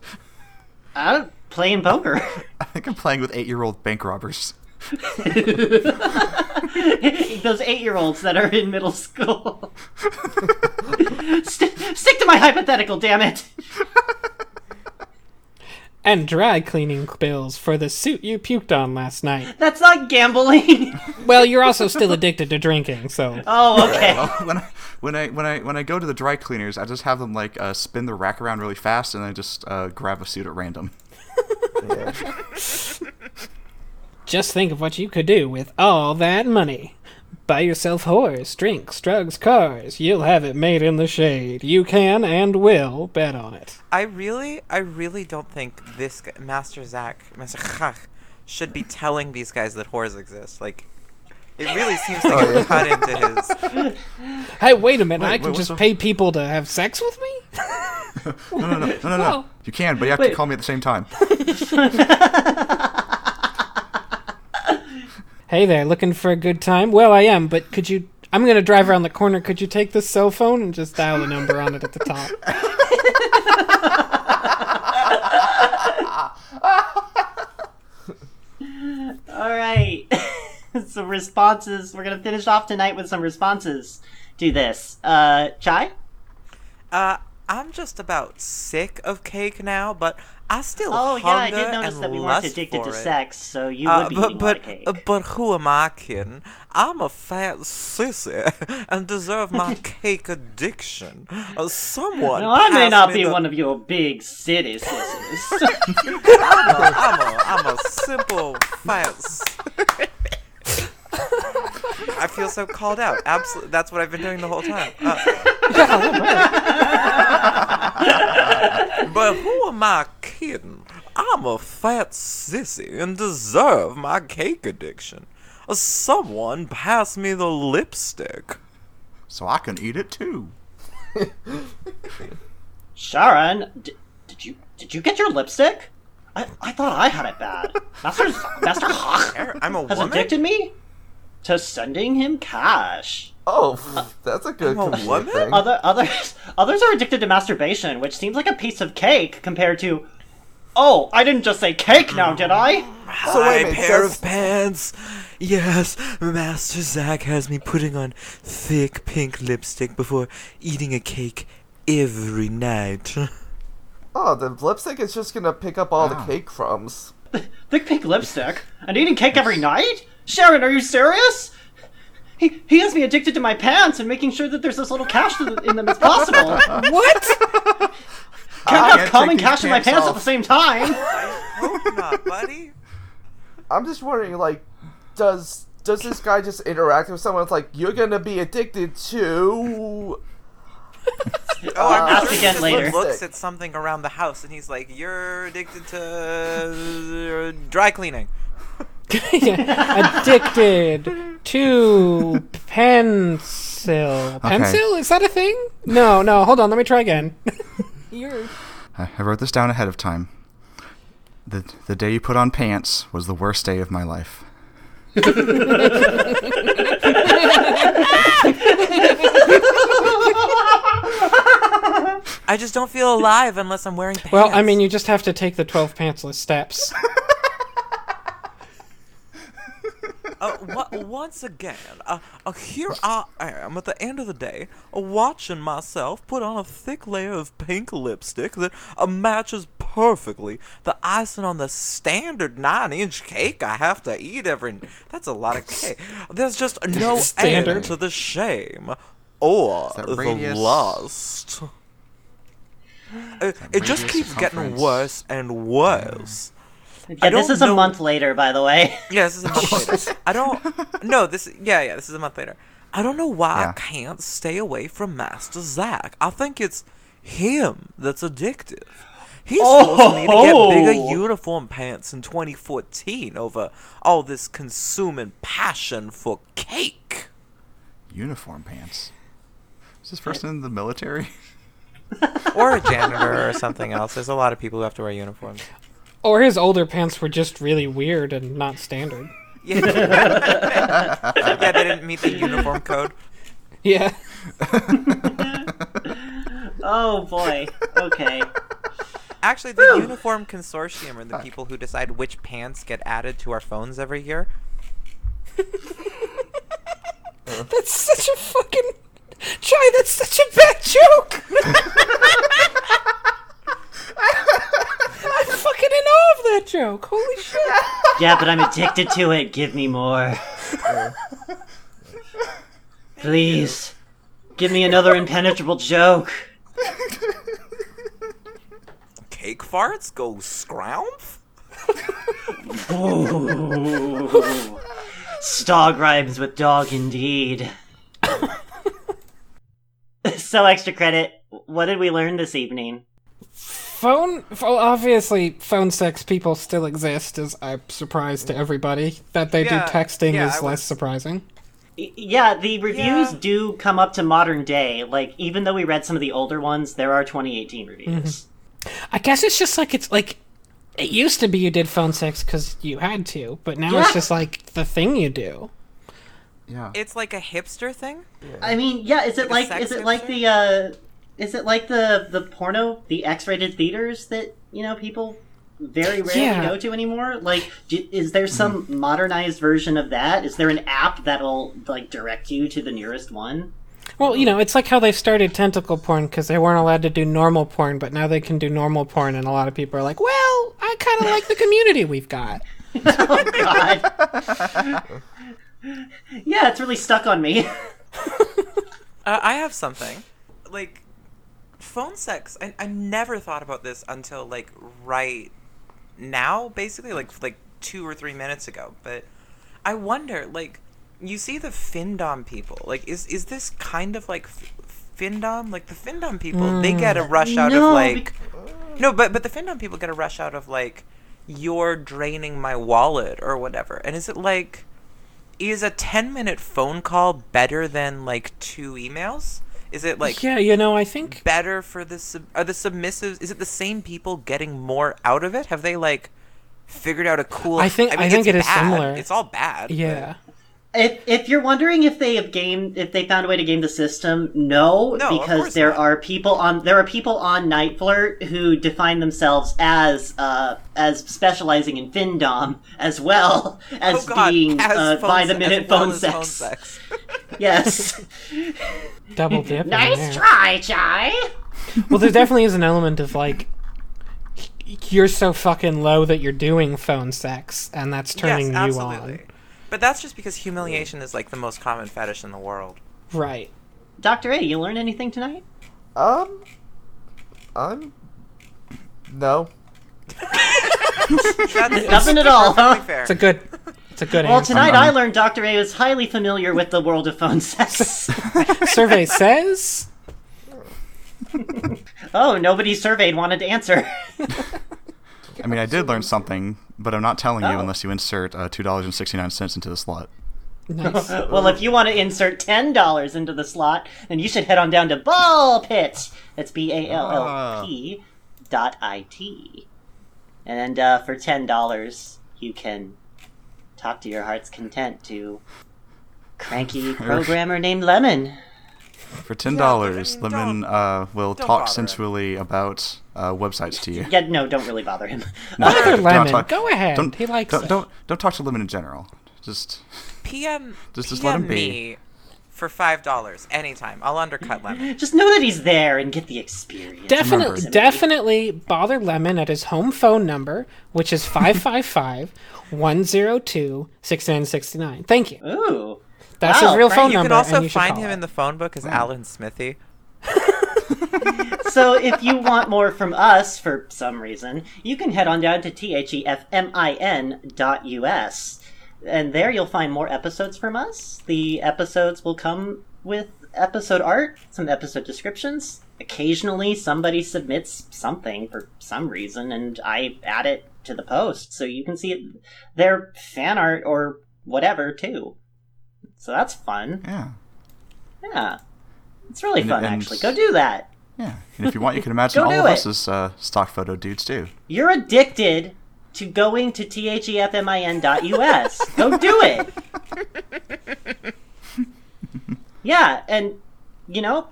[SPEAKER 3] I'm playing poker.
[SPEAKER 10] [laughs] I think I'm playing with eight-year-old bank robbers.
[SPEAKER 3] Those eight year olds that are in middle school. St- stick to my hypothetical, damn it.
[SPEAKER 8] and dry cleaning bills for the suit you puked on last night.
[SPEAKER 3] That's not gambling.
[SPEAKER 8] Well, you're also still addicted to drinking, so.
[SPEAKER 10] [laughs]
[SPEAKER 3] Oh, okay.
[SPEAKER 10] Well, when I when I when I when I go to the dry cleaners, I just have them like uh, spin the rack around really fast, and then I just uh, grab a suit at random.
[SPEAKER 8] Just think of what you could do with all that money. Buy yourself whores, drinks, drugs, cars. You'll have it made in the shade. You can and will bet on it.
[SPEAKER 4] I really, I really don't think this g- Master Zach, Master Chach, should be telling these guys that whores exist. Like, it really seems like
[SPEAKER 8] Oh,
[SPEAKER 4] a
[SPEAKER 8] yeah.
[SPEAKER 4] cut into his.
[SPEAKER 8] Hey, wait a minute.
[SPEAKER 4] Wait,
[SPEAKER 8] I
[SPEAKER 4] wait,
[SPEAKER 8] can
[SPEAKER 4] what's
[SPEAKER 8] just
[SPEAKER 4] the-
[SPEAKER 8] pay people to have sex with me?
[SPEAKER 10] [laughs] No, no, no, no, no, no.
[SPEAKER 8] Well-
[SPEAKER 10] You can, but you have
[SPEAKER 8] Wait.
[SPEAKER 10] to call me at the same time.
[SPEAKER 8] [laughs] Hey there, looking for a good time? Well, I am, but could you. I'm going to drive around the corner. Could you take this cell phone and just dial the number on it at the top?
[SPEAKER 3] All right. [laughs] some responses. We're going to finish off tonight with some responses to this. Uh, Chai?
[SPEAKER 4] Uh, I'm just about sick of cake now, but I still
[SPEAKER 3] Oh, yeah, I
[SPEAKER 4] hunger
[SPEAKER 3] did notice
[SPEAKER 4] and
[SPEAKER 3] that we weren't
[SPEAKER 4] lust
[SPEAKER 3] addicted
[SPEAKER 4] for
[SPEAKER 3] to
[SPEAKER 4] it.
[SPEAKER 3] sex, so you would be
[SPEAKER 4] but,
[SPEAKER 3] eating a lot
[SPEAKER 4] but,
[SPEAKER 3] of cake.
[SPEAKER 4] uh, But who am I kidding? I'm a fat sissy [laughs] and deserve
[SPEAKER 3] [laughs]
[SPEAKER 4] my cake addiction. Uh, someone.
[SPEAKER 3] No, I may
[SPEAKER 4] pass
[SPEAKER 3] not
[SPEAKER 4] me
[SPEAKER 3] be
[SPEAKER 4] the-
[SPEAKER 3] one of your big city sisters.
[SPEAKER 4] I'm a, I'm a, [laughs] I'm a simple fat. s- [laughs] I feel so called out. Absolutely, that's what I've been doing the whole time. Uh, but who am I kidding? I'm a fat sissy and deserve my cake addiction. Uh, Someone pass me the lipstick.
[SPEAKER 10] So I can eat it too.
[SPEAKER 3] Sharon, d- did you did you get your lipstick? I, I thought I had it
[SPEAKER 1] [laughs]
[SPEAKER 3] bad. Master Master Hawk
[SPEAKER 4] I'm a
[SPEAKER 3] has
[SPEAKER 4] woman?
[SPEAKER 3] addicted me to sending him cash.
[SPEAKER 1] Oh, that's a good
[SPEAKER 3] I'm
[SPEAKER 1] comedic thing.
[SPEAKER 3] Other others others are addicted to masturbation, which seems like a piece of cake compared to. Oh, I didn't just say cake now, did I?
[SPEAKER 1] So
[SPEAKER 4] Hi,
[SPEAKER 1] wait a minute,
[SPEAKER 4] pair
[SPEAKER 1] that's-
[SPEAKER 4] of pants. Yes, Master Zack has me putting on thick pink lipstick before eating a cake every night. [laughs]
[SPEAKER 1] Oh, the lipstick is just gonna pick up all the cake crumbs.
[SPEAKER 3] [laughs] Thick pink lipstick and eating cake every night? Sharon, are you serious? He, he has me addicted to my pants and making sure that there's as little cash in in them as possible.
[SPEAKER 8] what?
[SPEAKER 3] Can't
[SPEAKER 1] I
[SPEAKER 3] have
[SPEAKER 1] can't
[SPEAKER 3] cum
[SPEAKER 1] take
[SPEAKER 3] and
[SPEAKER 1] these
[SPEAKER 3] cash in my
[SPEAKER 1] pants
[SPEAKER 3] pants at
[SPEAKER 1] off.
[SPEAKER 3] the same time.
[SPEAKER 1] I'm just wondering, like, does does this guy just interact with someone? It's like you're gonna be addicted to.
[SPEAKER 4] Oh, I'm
[SPEAKER 1] Uh,
[SPEAKER 4] sure he
[SPEAKER 1] again
[SPEAKER 10] [laughs]
[SPEAKER 4] just
[SPEAKER 1] later.
[SPEAKER 4] looks at something around the house and he's like, "You're addicted to uh, dry cleaning."
[SPEAKER 8] Addicted to pencil.
[SPEAKER 10] Okay.
[SPEAKER 8] Pencil? Is that a thing? No, no. Hold on. Let me try again.
[SPEAKER 5] You're
[SPEAKER 10] I I wrote this down ahead of time. The, the day you put on pants was the worst day of my life.
[SPEAKER 4] I just don't feel alive unless I'm wearing pants.
[SPEAKER 8] [laughs] Well, I mean, you just have to take the 12 pantsless
[SPEAKER 3] [laughs]
[SPEAKER 8] steps.
[SPEAKER 4] uh, wa- once again, uh, uh, here I am at the end of the day, uh, watching myself put on a thick layer of pink lipstick that uh, matches perfectly the icing on the standard nine-inch cake I have to eat every. That's a lot of cake. There's just no
[SPEAKER 8] Standard.
[SPEAKER 4] end to the shame or
[SPEAKER 10] that
[SPEAKER 4] the
[SPEAKER 10] radius?
[SPEAKER 4] lust. Uh, it just
[SPEAKER 10] radius
[SPEAKER 4] keeps getting
[SPEAKER 10] circumference?
[SPEAKER 4] worse and worse.
[SPEAKER 3] Yeah, this is a month later, by the way.
[SPEAKER 4] [laughs] Yeah, this is a month
[SPEAKER 3] [laughs]
[SPEAKER 4] later. I don't. No, this. Yeah, yeah, this is a month later. I don't know why I can't stay away from Master Zack. I think it's him that's addictive. He's forcing me to get bigger
[SPEAKER 13] Oh.
[SPEAKER 4] uniform pants in 2014 over all this consuming passion for cake.
[SPEAKER 10] Uniform pants. Is this person in the military?
[SPEAKER 4] [laughs] Or a janitor or something else. There's a lot of people who have to wear uniforms.
[SPEAKER 8] or his older pants were just really weird and not standard.
[SPEAKER 4] Yeah, yeah they didn't meet the uniform code.
[SPEAKER 8] Yeah.
[SPEAKER 3] [laughs] Oh boy. Okay.
[SPEAKER 4] Actually, the Uniform Consortium are the people who decide which pants get added to our phones every year.
[SPEAKER 5] That's such a fucking. Try, that's such a bad joke! I'm fucking in awe of that joke. Holy shit.
[SPEAKER 3] Yeah, but I'm addicted to it. Give me more. Please. Give me another impenetrable joke.
[SPEAKER 4] Cake farts go scrounf?
[SPEAKER 3] Ooh. Stog rhymes with dog indeed. [laughs] so extra credit. What did we learn this evening?
[SPEAKER 8] Phone, well, obviously, phone sex people still exist. Is a surprise to everybody that they
[SPEAKER 3] Yeah,
[SPEAKER 8] do texting
[SPEAKER 3] yeah,
[SPEAKER 8] is
[SPEAKER 3] I
[SPEAKER 8] less surprising.
[SPEAKER 3] Y- Yeah, the reviews do come up to modern day. Like, even though we read some of the older ones, there are 2018 reviews.
[SPEAKER 8] Mm-hmm. I guess it's just like it's like it used to be you did phone sex because you had to, but now
[SPEAKER 3] Yeah.
[SPEAKER 8] it's just like the thing you do.
[SPEAKER 10] Yeah.
[SPEAKER 4] It's like a hipster thing?
[SPEAKER 3] I mean, yeah, is it
[SPEAKER 4] Like
[SPEAKER 3] like,
[SPEAKER 4] a
[SPEAKER 3] is
[SPEAKER 4] sex
[SPEAKER 3] it like the uh is it like the the porno, the X-rated theaters that, you know, people very rarely
[SPEAKER 8] Yeah. Hmm.
[SPEAKER 3] go to anymore? Like do, is there some modernized version of that? Is there an app that'll like direct you to the nearest one?
[SPEAKER 8] Well, you know, it's like how they started tentacle porn because they weren't allowed to do normal porn, but now they can do normal porn, and a lot of people are like, "Well, I kind of like the community we've got."
[SPEAKER 3] [laughs] oh god. [laughs] yeah, it's really stuck on
[SPEAKER 8] [laughs]
[SPEAKER 3] me.
[SPEAKER 4] Uh, I have something. Like, phone sex. I, I never thought about this until, like, right now, basically, like, like two or three minutes ago. But I wonder, like, you see the Findom people. Like, is, is this kind of like f- Findom? Like, the Findom people, they get a
[SPEAKER 3] Mm.
[SPEAKER 4] rush out
[SPEAKER 3] No,
[SPEAKER 4] of, like. No, but, but the Findom people get a rush out of, like, you're draining my wallet or whatever. And is it like is a 10 minute phone call better than like two emails is it like
[SPEAKER 8] yeah, you know, I think
[SPEAKER 4] better for the sub- are the submissives is it the same people getting more out of it have they like figured out a cool
[SPEAKER 8] I think- I
[SPEAKER 4] mean,
[SPEAKER 8] think
[SPEAKER 4] it's
[SPEAKER 8] it is
[SPEAKER 4] bad.
[SPEAKER 8] similar.
[SPEAKER 4] it's all bad but-
[SPEAKER 8] Yeah.
[SPEAKER 3] If, if you're wondering if they have game if they found a way to game the system, no,
[SPEAKER 4] No, of
[SPEAKER 3] because
[SPEAKER 4] course
[SPEAKER 3] there
[SPEAKER 4] not.
[SPEAKER 3] are people on there are people on Night Flirt who define themselves as uh, as specializing in findom as well as
[SPEAKER 4] Oh, God,
[SPEAKER 3] being
[SPEAKER 4] as
[SPEAKER 3] uh,
[SPEAKER 4] phone
[SPEAKER 3] by the
[SPEAKER 4] se-
[SPEAKER 3] minute
[SPEAKER 4] as well
[SPEAKER 3] phone,
[SPEAKER 4] as
[SPEAKER 3] sex.
[SPEAKER 4] phone sex.
[SPEAKER 3] yes.
[SPEAKER 8] Double dip. in there.
[SPEAKER 12] Nice try, Chai.
[SPEAKER 8] well,
[SPEAKER 3] [laughs]
[SPEAKER 8] there definitely is an element of like you're so fucking low that you're doing phone sex, and that's turning
[SPEAKER 4] yes,
[SPEAKER 8] you
[SPEAKER 4] absolutely
[SPEAKER 8] on.
[SPEAKER 4] but that's just because humiliation is like the most common fetish in the world
[SPEAKER 8] Right.
[SPEAKER 3] Doctor A, you learn anything tonight?
[SPEAKER 1] Um, I'm.
[SPEAKER 4] [laughs]
[SPEAKER 1] No.
[SPEAKER 3] Nothing at all. Huh?
[SPEAKER 8] It's a good. It's a good
[SPEAKER 3] Well,
[SPEAKER 8] answer.
[SPEAKER 3] tonight I learned Doctor A was highly familiar with the world of
[SPEAKER 8] [laughs]
[SPEAKER 3] phone sex.
[SPEAKER 8] Survey says.
[SPEAKER 3] Oh, nobody surveyed wanted to answer.
[SPEAKER 10] I mean, I did learn something, but I'm not telling
[SPEAKER 3] Oh.
[SPEAKER 10] you unless you insert uh, $2.69 into the slot.
[SPEAKER 8] Nice.
[SPEAKER 3] [laughs] well, if you want to insert ten dollars into the slot, then you should head on down to
[SPEAKER 10] Ah.
[SPEAKER 3] Ball Pit. That's B A L L P dot I T. And uh, for ten dollars, you can talk to your heart's content to
[SPEAKER 10] [laughs]
[SPEAKER 3] cranky programmer named Lemon.
[SPEAKER 10] For ten dollars, Lemon uh, will
[SPEAKER 3] don't
[SPEAKER 10] talk
[SPEAKER 3] bother him.
[SPEAKER 10] sensually about uh, websites
[SPEAKER 8] [laughs]
[SPEAKER 10] to you.
[SPEAKER 3] Yeah, no, don't really bother him. [laughs]
[SPEAKER 10] No,
[SPEAKER 3] Uh,
[SPEAKER 10] don't talk- Don't,
[SPEAKER 8] Don't, he likes
[SPEAKER 10] don't,
[SPEAKER 8] it.
[SPEAKER 10] Don't don't talk to Lemon in general. Just [laughs]
[SPEAKER 8] um,
[SPEAKER 4] PM,
[SPEAKER 10] Just- just
[SPEAKER 4] PM
[SPEAKER 10] let him be.
[SPEAKER 4] me for five dollars anytime. I'll undercut Lemon.
[SPEAKER 3] Just know [laughs] that he's there and get the experience.
[SPEAKER 8] Definitely, definitely bother Lemon at his home phone number, which is 555 102 6969. Thank you.
[SPEAKER 3] Ooh.
[SPEAKER 8] That's his real phone
[SPEAKER 4] you
[SPEAKER 8] number.
[SPEAKER 4] can also
[SPEAKER 8] and you should
[SPEAKER 4] find
[SPEAKER 8] call
[SPEAKER 4] him
[SPEAKER 8] it.
[SPEAKER 4] in the phone book as Alan Smithy.
[SPEAKER 3] so if you want more from us for some reason, you can head on down to E thefmin dot us, and there you'll find more episodes from us. The episodes will come with episode art, some episode descriptions. Occasionally, somebody submits something for some reason, and I add it to the post, so you can see it, their fan art or whatever too. So that's fun.
[SPEAKER 10] Yeah.
[SPEAKER 3] Yeah. It's really
[SPEAKER 10] And-
[SPEAKER 3] fun,
[SPEAKER 10] and-
[SPEAKER 3] actually. Go do that.
[SPEAKER 10] Yeah. and if
[SPEAKER 3] [laughs]
[SPEAKER 10] you want, you can imagine
[SPEAKER 3] Go
[SPEAKER 10] all
[SPEAKER 3] do
[SPEAKER 10] of
[SPEAKER 3] it.
[SPEAKER 10] us as uh, stock photo dudes do.
[SPEAKER 3] You're addicted to going to E thefmin.us. Go do it.
[SPEAKER 10] [laughs]
[SPEAKER 3] yeah, and you know,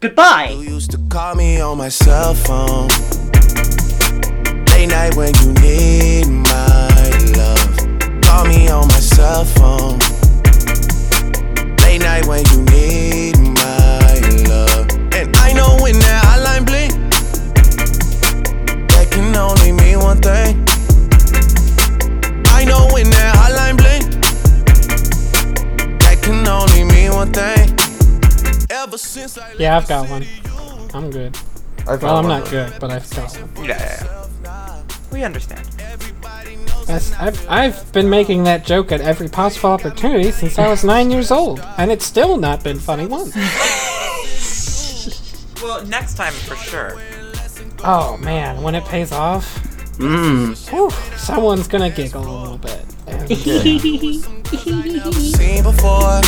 [SPEAKER 3] goodbye.
[SPEAKER 14] You used to call me on my cell phone. Late night when you need my love. Call me on my cell phone. Late night when you need my love. And I know when that hotline blink, that can only mean one thing. I know when that hotline blink, that can only mean one thing. Ever since I
[SPEAKER 8] Yeah, I've got one. I'm good.
[SPEAKER 1] I've got
[SPEAKER 8] well, I'm
[SPEAKER 1] one.
[SPEAKER 8] not good, but I've got one.
[SPEAKER 4] Yeah. We understand.
[SPEAKER 8] That's, I've, I've been making that joke at every possible opportunity since I was nine years old, and it's still not been funny once.
[SPEAKER 4] Well, next time for sure.
[SPEAKER 8] Oh man, when it pays off,
[SPEAKER 4] Mm.
[SPEAKER 8] whew, someone's gonna giggle a little bit.
[SPEAKER 12] [laughs]
[SPEAKER 14] seen before.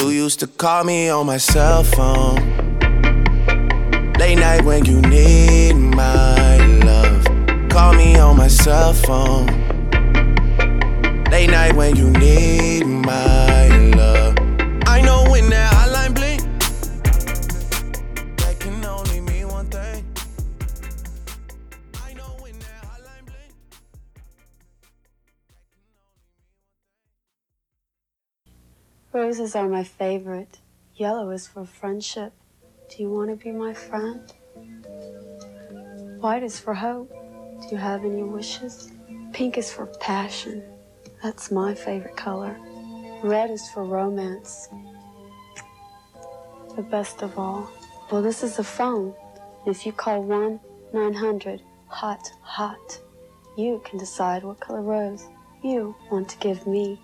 [SPEAKER 14] You used to call me on my cell phone. Late night when you need my love. Call me on my cell phone. Late night when you need my love. I know when that hotline blink. That can only mean one thing. I know when that hotline blink.
[SPEAKER 15] Roses are my favorite. Yellow is for friendship. Do you want to be my friend? White is for hope. Do you have any wishes? Pink is for passion. That's my favorite color. Red is for romance. The best of all. Well, this is a phone. If you call 1 900 hot, hot, you can decide what color rose you want to give me.